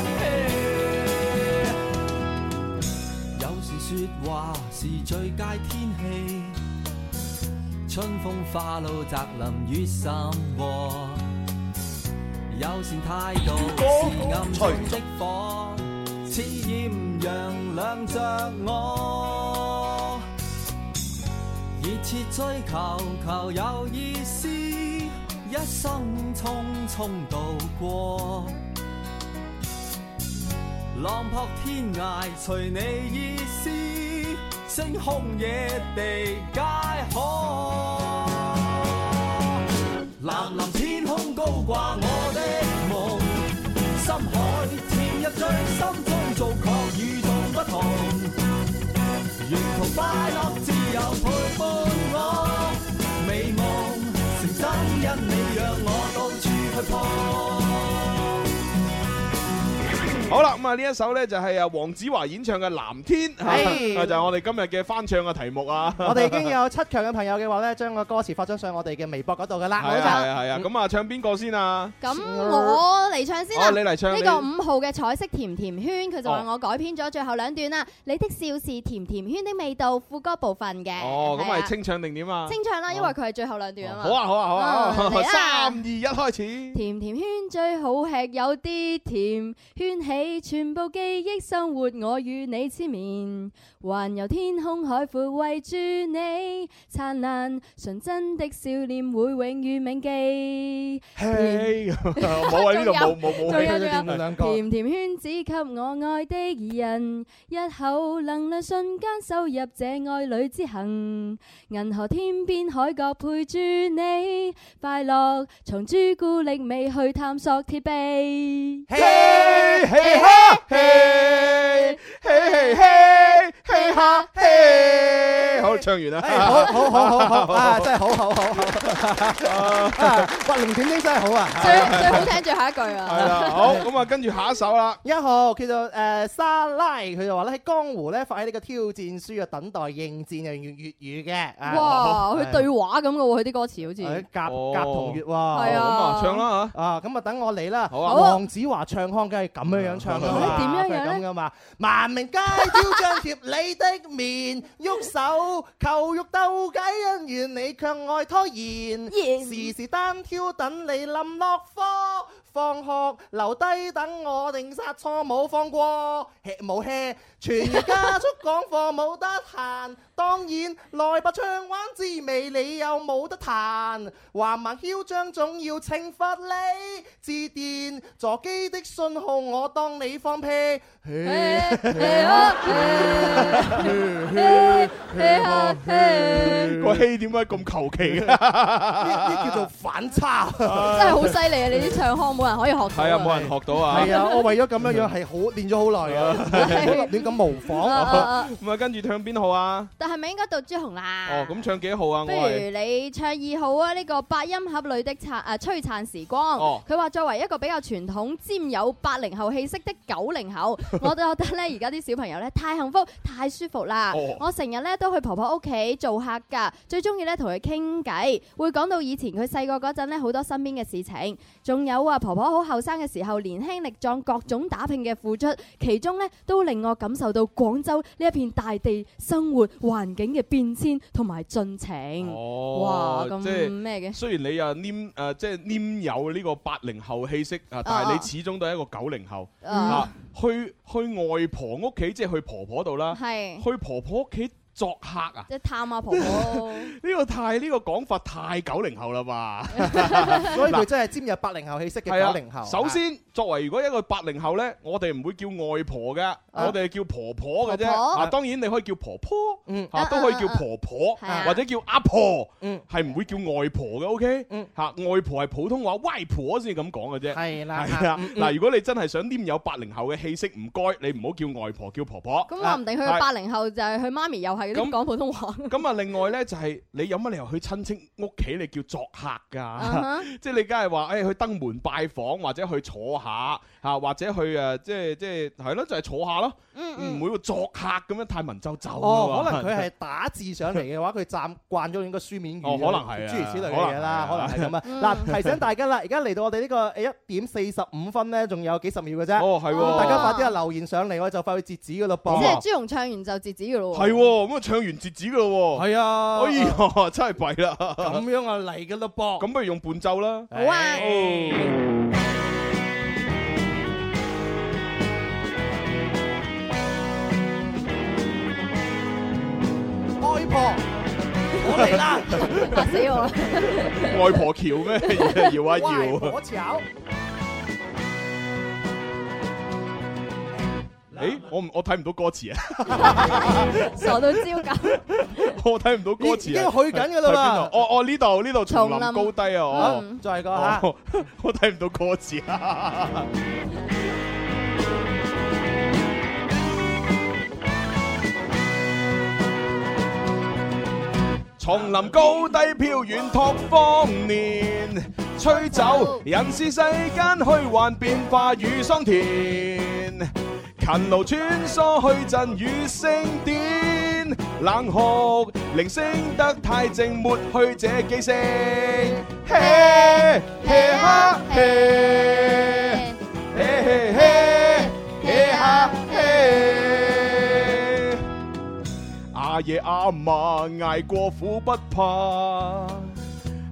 嘿有時説話是最佳天氣。春風化露摘林於心窩，友善態度是暗中的火，似豔陽亮着我。熱切追求，求有意思，一生匆匆度過。浪撲天涯，隨你意思，星空野地皆可。藍藍天空高掛我的夢，深海潛入最深中，做確與眾不同。沿途快樂自由陪伴我，美夢成真因你，讓我到處去碰。
好啦，咁啊呢一首咧就係啊黃子華演唱嘅《藍天》，
係
啊就係我哋今日嘅翻唱嘅題目啊。
我哋已經有七強嘅朋友嘅話咧，將個歌詞發咗上我哋嘅微博嗰度噶啦，
係啊係啊係啊，咁啊唱邊個先啊？
咁我嚟唱先啦，
哦你嚟唱
呢
你
個五號嘅彩色甜甜圈，佢就話
哦
我改編咗最後兩段啦。你的笑是甜甜圈的味道，副歌部分嘅。
哦，咁
係啊
係清唱定點啊？
清唱啦，因為佢係最後兩段啊嘛。
好啊好啊好啊好啊
嚟啦
三二一開始。
甜甜圈最好吃，有啲甜，圈起全部記憶生活，我與你纏綿，環遊天空海闊，圍住你燦爛純真的笑臉會永遠銘記。
嘿，
Ờ,
冇啊！呢度冇冇冇
仲有
戲，
仲有，甜甜圈只給我愛的人，一口能量瞬間收入這愛侶之行。銀河天邊海角陪住你，快樂從朱古力味去探索鐵臂。
嘿嘿哈嘿嘿嘿嘿嘿哈嘿。
好唱完啦。
好好好好好啊！真係好好好好啊！哇，龍捲英真係好啊！
最最好聽最後一句啊！
係 啦，好咁啊，跟住下一首啦。
一號叫做誒沙拉，佢就話咧喺江湖咧發起呢個挑戰書啊，等待應戰又用粵語嘅。啊
哇，佢對
係
話咁嘅喎，佢啲歌詞好似
哎夾夾同月喎，
係啊哦咁啊唱
啦
嚇，啊咁啊等我嚟啦，
啊好啊
黃子華唱腔梗係咁樣樣唱啦，
點樣樣
佢係
咧
咁噶啊嘛，萬明街招張貼你的面，喐手求肉鬥雞恩怨，你卻愛拖延，時時單挑等你冧落科。放學留低等我定殺錯冇放過，吃冇吃，全家速講課冇得閒， 當然來吧唱玩滋味你又冇得彈，橫蠻囂張總要懲罰你，致電座機的信號我當你放屁。
啊個戲點解咁求其嘅？呢
叫做反差，真
真係好犀利啊！你啲唱腔冇人可以學到。
係啊，冇人學到啊。
係啊，我為咗咁樣樣 係好練咗好耐啊，唔好亂咁模
啊啊
仿。
啊
咁啊，跟住唱邊號啊？
但係咪應該讀朱紅啦？
哦，咁唱幾號啊？
不
我
如
係
你唱二號啊！呢、個八音盒裏的燦啊璀璨時光
哦，
佢話、作為一個比較傳統、佔有八零後氣息的九零 後，我都覺得咧而家啲小朋友咧太幸福、太舒服啦。
哦
我成日咧都去婆婆屋企做客㗎，最中意咧同佢傾偈，會講到以前佢細個嗰陣咧好多身邊嘅事情，仲有啊婆婆好後生嘅時候年輕力壯、各種打拼嘅付出，其中咧都令我感受到廣州呢一片大地生活環境嘅變遷同埋進程。
哦
哇，咁
即係
咩嘅？
雖然你啊黏誒，即係黏有呢個八零後氣息啊，但係你始終都係一個九零後
啊
啊。去去外婆屋企，即係去婆婆度啦。
係
去婆婆屋企作客啊！
即係探下婆 婆。
呢個太呢個講法太九零後啦吧？
所以佢真係尖入八零後氣息嘅
係啊
九零後。
首先，作為如果一個八零後呢，我哋唔會叫外婆嘅，
啊
我哋係叫婆婆嘅啫。
婆婆
啊，當然你可以叫婆婆，
嗯
啊都可以叫婆婆，
嗯嗯嗯係啊
或者叫阿婆，
嗯
係唔會叫外婆嘅。OK，嚇外婆係普通話外婆先咁講嘅啫。
係啦
係啊
嗯。嗯
嗱，如果你真係想黏有八零後嘅氣息，唔該，你唔好叫外婆，叫婆婆。啊
咁話唔定佢
係
八零後就係佢媽咪又係係都講普通話。
咁啊，另外咧就係你有乜理由去親戚屋企你叫作客
哈
㗎？ 即係你梗係話哎誒去登門拜訪，或者去坐下嚇，或者去誒即係即係係咯，就係坐下咯，唔會作客咁樣太文縐縐㗎
哦，
喎
可能佢係打字上嚟嘅話，佢習慣咗應該書面語，
哦可能係啊
諸如此類嘅嘢啦，
可能
可能
係啊
係咁
嗯
啊。嗱，提醒大家啦，而家嚟到我哋呢個一點四十五分咧，仲有幾十秒嘅啫。
哦係喎啊
大家快啲啊留言上嚟，我哋就快去截止噶啦
即係朱
噃。
紅唱完就截止嘅咯喎。
係喎，咁啊唱完截止㗎咯喎，
係啊
哎呀真係弊啦，
咁樣啊嚟㗎啦噃，
咁不如用伴奏啦，
好啊
哦
外婆，我嚟啦，
嚇死我啦！
外婆橋咩？ 搖啊搖。
我炒。
诶，我唔我睇唔到歌詞啊，
傻到焦咁，
我睇唔到歌詞啊，
已經去緊㗎啦嘛
喺邊度哦哦呢度呢度叢
叢
林高
林
低啊，哦
嗯，再個嚇
哦， 我睇唔到歌詞啊， 叢林高低飄遠托荒年，吹走人是世間虛幻變化與桑田。勤勞穿梭去陣雨星點，冷酷鈴聲得太靜，抹去這幾聲。嘿嘿哈嘿，嘿嘿嘿嘿哈嘿。阿爺阿嫲捱過苦不怕，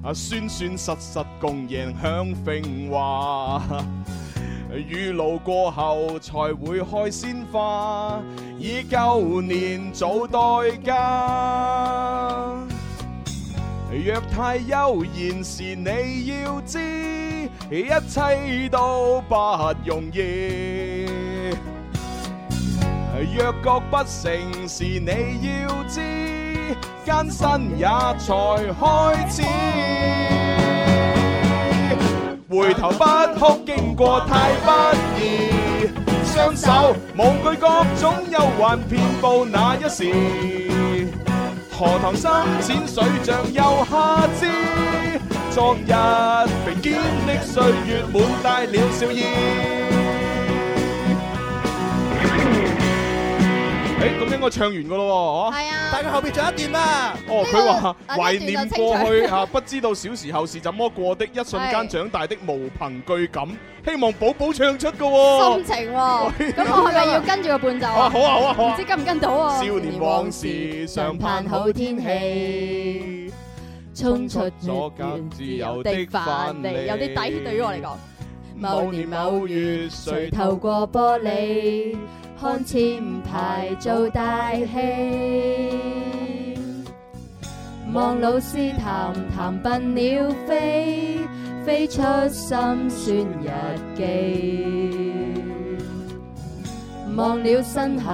啊酸酸實實共贏享榮華。啊雨露過後才會開鮮花，以舊年做代價。若太悠然時，你要知，一切都不容易。若覺不成時，你要知，艱辛也才開始。回頭不哭，經過太不易。雙手無懼各種憂患，遍佈那一時。荷塘深淺水像游蝦子，昨日並肩的歲月滿帶了笑意。誒，咁應該唱完噶咯喎，
係啊，
但係佢後邊仲有一段啊。
哦，佢話
呢個
懷念過
啊呢
去
段就清楚
啊，不知道小時候是怎麼過的，一瞬間
係
長大的無憑據感。希望寶寶唱出噶喎。
心情喎。咁我係咪要跟住個伴奏
啊好啊好啊好啊
唔知跟唔跟到啊？
少年往事常盼好天氣，
衝出
咗間自由的
範
範
嚟，
利，
有啲抵對於我嚟講。
某年某月，誰
誰
透
透
過？
過玻璃看前排做大戲？望老師談談笨鳥飛，飛出心酸日記。望了新鞋，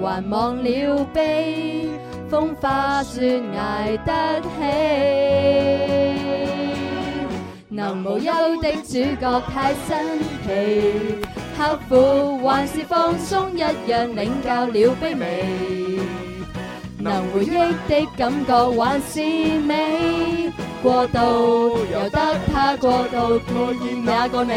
還忘了悲，風花雪捱得起。能無憂的主角太新奇，刻苦還是放鬆一樣領教了卑微。能回憶的感覺還是美，過度由得他過度討厭那個你。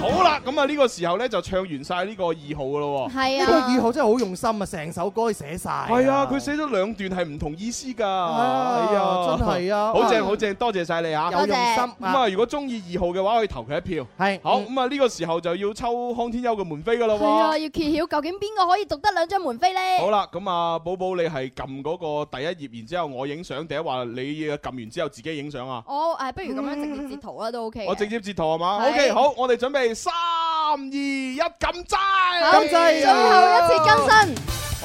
好啦，咁啊呢個時候咧就唱完晒呢個二號噶咯喎。
係
呢個二號真係好啊用心啊，成首歌寫晒。
係啊，佢寫咗兩段係唔同意思㗎，
啊
係啊，
真係啊
好正
哇
好正，多謝晒你啊，
有用心多謝
咁啊，如果中意二號嘅話，可以投佢一票。
係
好，咁啊呢個時候就要抽康天庥嘅門飛㗎啦
係啊，
喎。
要揭曉究竟邊個可以讀得兩張門飛咧？
好啦，咁啊，寶寶你係撳嗰個第一頁，然之後我影相，定係話你呃撳完之後自己影相啊？
我誒，不如咁樣直接截圖啦，都 OK 嘅。
我直接截圖啊係嘛
啊係
？OK，好，我哋準備三二一，撳掣，
好最後一次更新。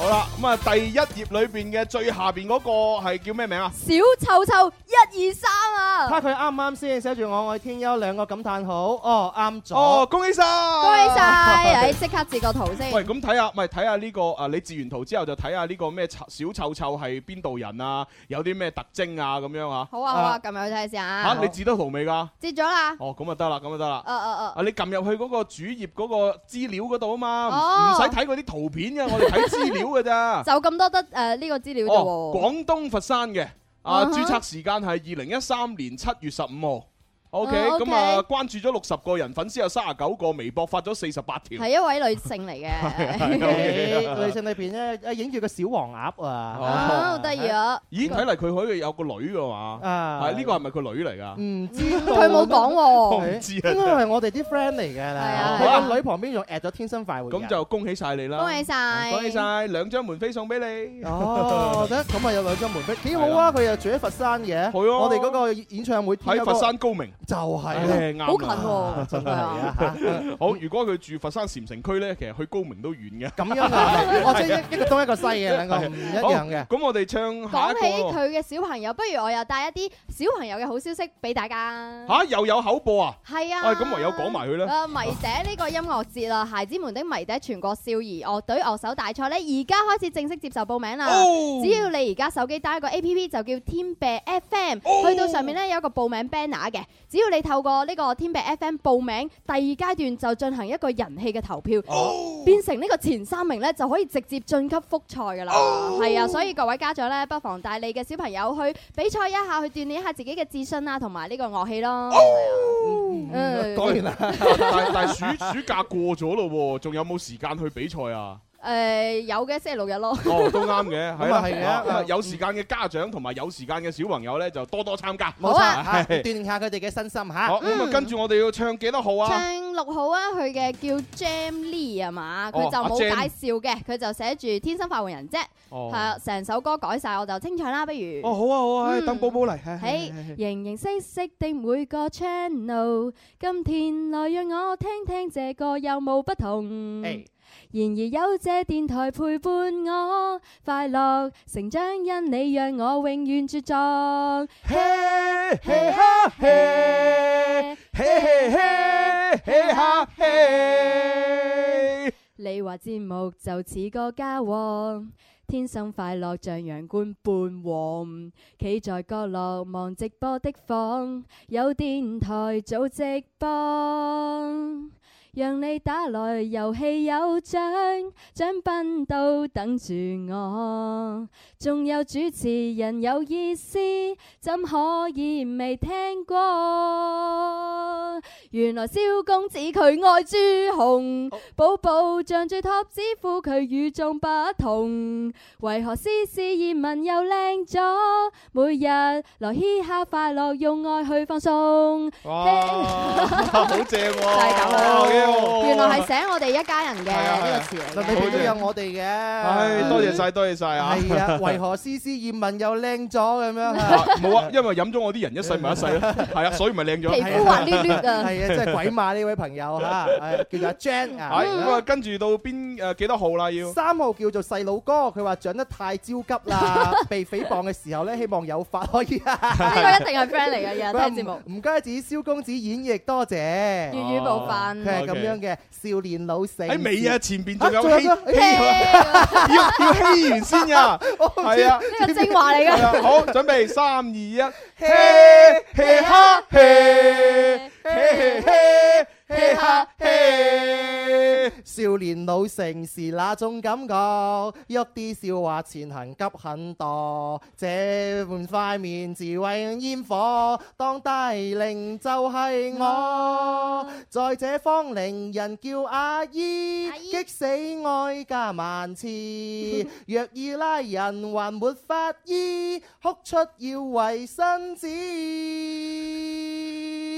Hãy subscribe cho kênh Ghiền Mì Gõ Để không bỏ lỡ 好啦，咁啊，第一頁裏边嘅最下边嗰個係叫咩名啊？
小臭臭一二三啊！
睇下佢啱唔啱先，寫住我愛天優兩個感嘆號，哦啱咗。
哦恭喜晒！
恭喜 晒！誒，即刻截個圖先。
喂，咁睇下，咪睇下呢個啊，你截完圖之後就睇下呢個咩臭小臭臭係邊度人啊，有啲咩特徵啊咁樣啊。
好啊好啊，撳入去睇先啊。
吓你截得圖未㗎？
截咗啦。
哦，咁啊得啦，咁啊得啦。
哦哦
啊！你撳入去嗰個主頁嗰個資料嗰度啊嘛，唔
哦
唔使睇嗰啲圖片嘅，我哋睇資料嘅
哦，
咋。
就咁多得誒呢個資料啫
哦，
喎。
廣東佛山嘅，啊，
啊哈
註冊時間係二零一三年七月十五號。OK，
嗯，OK
咁啊，關注咗六十個人，粉絲有三十九個，微博發咗四十八條。
係一啊位女性嚟 嘅。
係
女性裏邊咧，啊影住個小黃鴨
哦
啊，
啊，好得意啊！
咦，睇嚟佢可以有個女嘅嘛？
啊
係呢個係咪佢女嚟
嗯
㗎？
唔知
佢冇講
我
喎。
唔知
應該
啊。
係我哋啲 friend 嚟㗎啦。
係啊
佢個女旁邊仲 at 咗天生快活人。
咁就恭喜晒你啦！啊
恭喜晒
恭喜晒！兩張門飛送俾你。
哦，得咁啊有兩張門飛，幾好啊！佢又住喺佛山嘅，
係啊
我哋嗰個演唱會
喺佛山高明，
就係啊
唉
啦
啱啦
好近喎
啊真係啊！好，如果佢住佛山禪城區咧，其實去高明都遠嘅。
咁樣 啊，我即係一一個東一個西嘅，兩個唔一樣
嘅。
嘅。
咁我哋唱
講
下一
起
個咯。
佢嘅小朋友，不如我又帶一啲小朋友嘅好消息俾大家。
吓又有口播啊！
係
喂，
啊。
咁唯有講埋佢啦。
啊！迷笛呢個音樂節啊，孩子們的迷笛全國少兒樂隊樂手大賽呢，而家開始正式接受報名啦。
哦
只要你而家手機 d 一個 A P P 就叫天幣 F M，、去
哦
到上面呢有一個報名 banner 嘅，只要你透過呢個天幣 F M 報名，第二階段就進行一個人氣嘅投票，
哦
Ờ.
變成呢個前三名呢就可以直接晉級復賽噶啦。
哦
係、啊，所以各位家長呢，不妨帶你嘅小朋友去比賽一下，去鍛鍊一下自己嘅自信啊，同埋呢個樂器
哦
咯。嗯
當然啦，
但但暑暑假過咗咯喎，仲有冇時間去比賽啊？
誒、呃有嘅，星期六日咯。
哦，都啱嘅，係啦，
咁啊係嘅
啊啊
嗯
有時間嘅家長同埋有時間嘅小朋友咧，就多多參加。
冇
啊
錯，啊嚇
係
鍛鍊下佢哋嘅身心嚇。
好，咁啊，跟住我哋要唱幾多號啊？
嗯唱六號啊，佢嘅叫 Jam Lee 啊嘛，佢
哦
就冇
阿 Jam
介紹嘅，佢就寫住天生發換人啫，
哦
係啊，成首歌改晒，我就清唱啦，不如。
哦，好啊，好啊，
哎
唉
嗯
等寶寶嚟。唉
喺形形色色的每個 channel，今天來讓我聽聽這個有冇不同。然而有這電台陪伴我，快樂成長因你讓我永遠茁壯。
嘿嘿哈嘿，嘿嘿嘿嘿哈嘿。
你話節目就似個家和，天生快樂像陽光般warm，企在角落望直播的房，有電台做直播。讓你打來遊戲有獎，獎品都等住我。仲有主持人有意思，怎可以未聽過？原來蕭公子佢愛朱紅，寶寶像最 top 指父佢與眾不同。為何絲絲葉問又靚咗？每日來嘻哈快樂，用愛去放鬆。
哇，好正喎！就係咁
原來係寫我哋一家人嘅呢
Dạ,
個詞嚟
嗱，
嘅。
裏邊都有我哋嘅。
唉，多謝晒，多謝晒啊！
係啊，為何絲絲葉問又靚咗咁樣啊？
啊冇啊，因為飲咗我啲人一世咪一 世啦，係啊，所以咪靚咗。
皮膚滑溜溜
Dạ.
啊
係啊，真係鬼馬呢位朋友嚇， 係叫做阿 Jan
係咁啊，
啊。
跟住到邊诶幾多號啦？要
三號叫做細佬哥，佢話長得太焦急啦，被誹謗嘅時候咧，希望有法可以。呢
個一定係 friend 嚟嘅日日聽節目。
唔唔該，指蕭公子演繹，多謝。粵
語部分
佢係咁樣嘅，少年老成。
喺尾啊，前邊仲有
啊
希，
仲有咩
希要要希完先啊，
어,
係啊，
呢個精華嚟㗎
係啊 好，準備三二一，
嘿
嘿哈嘿，嘿嘿嘿
嘿
嘿
哈
哈嘿。
少年老成是那種感覺，喐啲笑話前行急很多。這換塊面自為煙火，當低齡就係我。在這芳齡人叫阿姨，激死哀家萬次。若二奶人還沒法醫，哭出要為身子。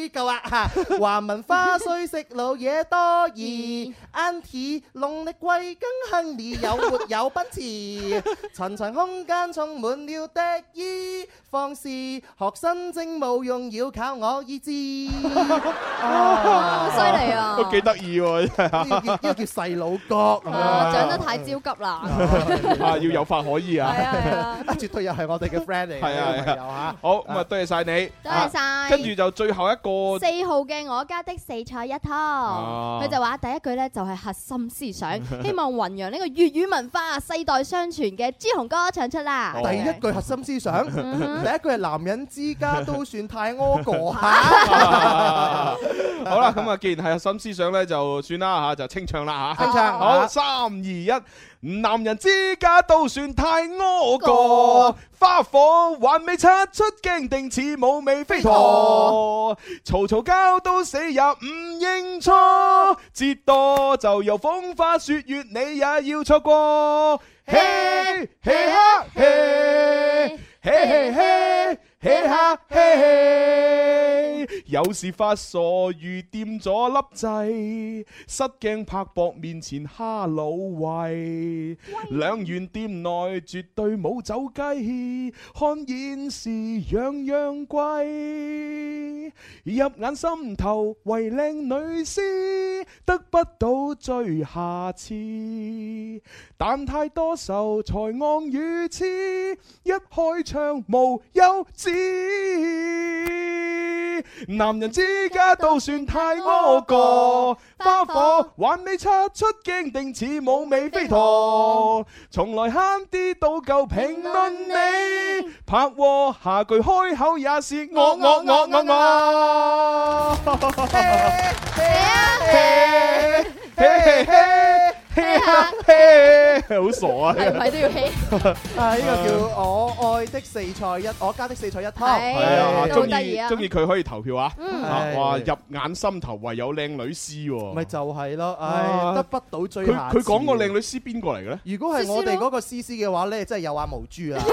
知夠啊嚇！華文花雖食老嘢多
嗯
疑，Auntie 農曆貴庚亨利有沒有不遲？層層空間充滿了敵意，放肆學生精冇用，要靠我 意志。
好犀利啊！
都幾得意喎，真係
呢個叫呢個叫細佬
哦
角咁樣
啊
啊，
長得太焦急啦！
啊，要有法可依啊！
絕對又係我哋嘅 friend 嚟嘅，
係啊
呢個
係
朋友嚇。
啊，好咁啊，多謝晒你，
多謝晒
啊跟住就最後一個
四號嘅我家的四菜一湯，
啊
佢就話第一句呢就係核心思想，希望弘揚呢個粵語文化，世代相傳嘅朱紅哥唱出啦。
第一句核心思想，第一句係男人之家都算太屙 過下。
啊好啦，咁啊，既然係核心思想咧，就算啦吓，就清唱啦吓，
清唱
好，
啊
三二一，男人之家都算太屙過，花火還未擦出鏡，定似冇尾飛陀，嘈嘈交都死也唔認錯，折墮就由風花雪月，你也要錯過，嘿嘿哈嘿，嘿嘿嘿。嘿哈嘿嘿，有時發傻如掂咗粒掣，失驚拍膊面前蝦老位，兩元店內絕對冇走雞，看現時樣樣貴，入眼心頭為靚女師，得不到最下次，但太多愁才昂與痴，一開唱無休止。男人之家都算太屙過，花火還未擦出鏡，定似冇尾飛陀，從來慳啲都夠評論你，拍和下句開口也是我我我我我。 好傻啊！
係咪都要 hea？啊！呢個
係
叫我愛的四菜一，我家的四菜一湯。
啊，
都好
中
得意
意
啊
中意佢可以投票啊！
嗯
啊
係
哇，入眼心頭唯有靚女師喎。
咪就係咯，
啊
唉，得不到最
佢
下
佢講
次
個靚女師邊個嚟嘅咧？
如果係我哋嗰個 C C 嘅話咧，真係有眼無珠啊！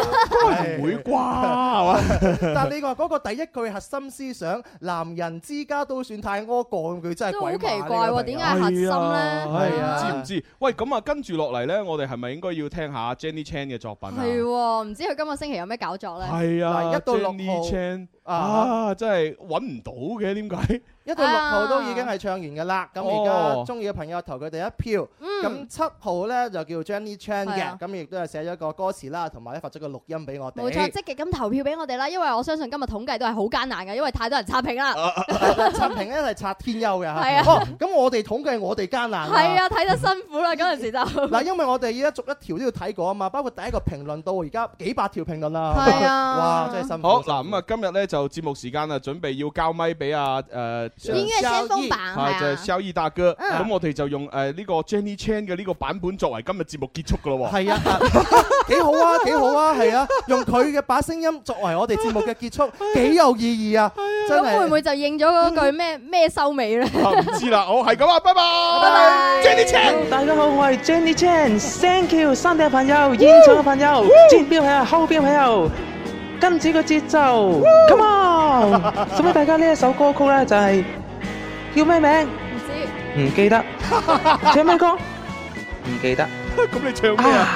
唔會啩係嘛？
但係你話嗰個第一句核心思想，男人之家都算太屙過，咁佢真係
都好
鬼馬
奇怪喎
呢個朋友
點解係核心呢
係啊
知唔知？喂，咁啊，跟住落嚟咧，我哋係咪應該要聽下 Jenny Chan 嘅作品啊？
係喎，唔知佢今個星期有咩搞作呢？
係啊，
嗱一到六
Jenny Chan
號
啊，真係揾唔到嘅，點解？
一到六號都
啊
已經係唱完嘅啦，咁而
哦
家中意嘅朋友投佢哋一票。咁七號咧就叫 Jenny Chan
嗯係啊
嘅，咁亦都係寫咗個歌詞啦，同埋咧發咗個錄音俾我哋。
冇錯， 積極咁投票俾我哋啦，因為我相信今日統計都係好艱難嘅，因為太多人刷屏啦。
哦刷屏咧係刷天優嘅嚇。
係啊
哦，咁我哋統計我哋艱難。
係啊，睇得辛苦啦，嗰陣時就
嗱，因為我哋依家逐一條都要睇過啊嘛，包括第一個評論到而家幾百條評論啦。
係啊
哇，真係辛苦。
好嗱，咁啊，今日咧就節目時間啊，準備要交咪俾啊
呃
誒，
音樂先鋒榜係啊
就係肖依達哥。
嗯
咁我哋就用誒呢個 Jenny Chan 嘅呢個版本作為今日節目結束噶咯喎。
係啊，幾好啊，幾好啊，係啊，用佢嘅把聲音作為我哋節目嘅結束，幾有意義啊！真
咁
係
會唔會就應咗嗰句咩咩收尾咧？
啊唔知啦，好係咁啊，拜拜。Jenny Chan。
大家好，我係 Jenny Chan，Thank you，山頂嘅朋友、現場嘅朋友、前邊嘅朋友、後邊嘅朋友，今次個節奏，Come on！送俾大家呢一首歌曲咧，就係叫咩名？唔記得，唱咩歌？唔記得。
咁你唱咩啊？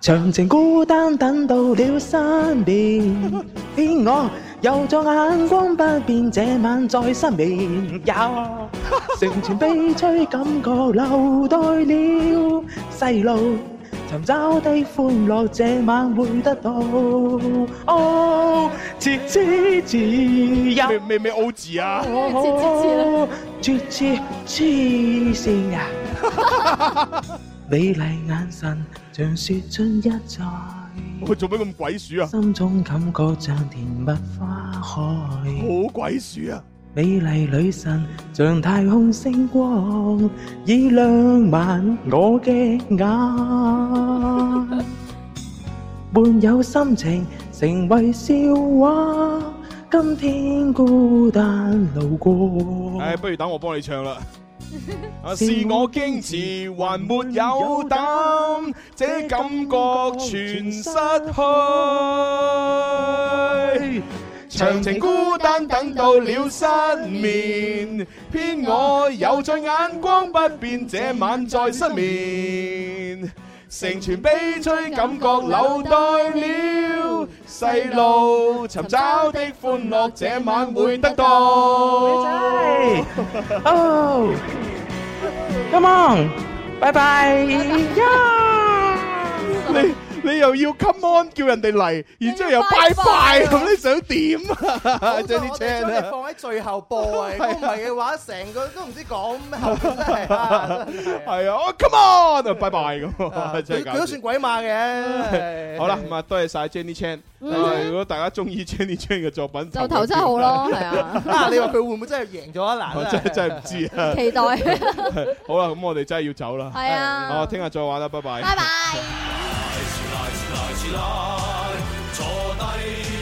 長情孤單等到了身邊，偏我又再眼光不變，這晚再失眠。有成全悲催感覺留待了細路，尋找的歡樂這晚會得到。哦，切切自由。
咩咩咩 O 字啊？
哦，切切黐 線啊！美麗眼神像雪春一再，
我做咩咁鬼鼠啊？
心中感覺像甜蜜花海，好
鬼鼠啊！
美麗女神像太空星光，已亮漫我嘅眼，伴有心情成為笑話。今天孤單路 過。
唉，不如等我幫你唱啦。啊，是我矜持還沒有膽，這感覺全失去。長情孤單等到了失眠，偏我有醉眼光不變，這晚再失眠。成全悲催感覺留待了，細路尋找的歡樂，這晚會得到。Oh.
哦，Come on，拜拜呀！
你你又要 come on 叫人哋嚟，然之後又拜拜咁，你想點 啊？
我
將
哋
啲
將
chain
你
啊！
放喺最後播 啊！如果唔係嘅話，成個都唔知講咩後邊真係啊！
係啊哦，come on，啊拜拜咁啊， 真係
佢
搞
佢都
笑
算鬼馬嘅。
好啦，咁啊，多謝晒 Jenny Chan。
嗯
如果大家中意 Jenny Chan 嘅作品，
就投七號咯係啊
啊，你話佢會唔會真係贏咗啊？
我
嗱，
真係真係唔知啊！
期待
好啦，咁我哋真係要走啦。
係啊
我聽日再玩啦，拜拜。
拜拜。
坐低。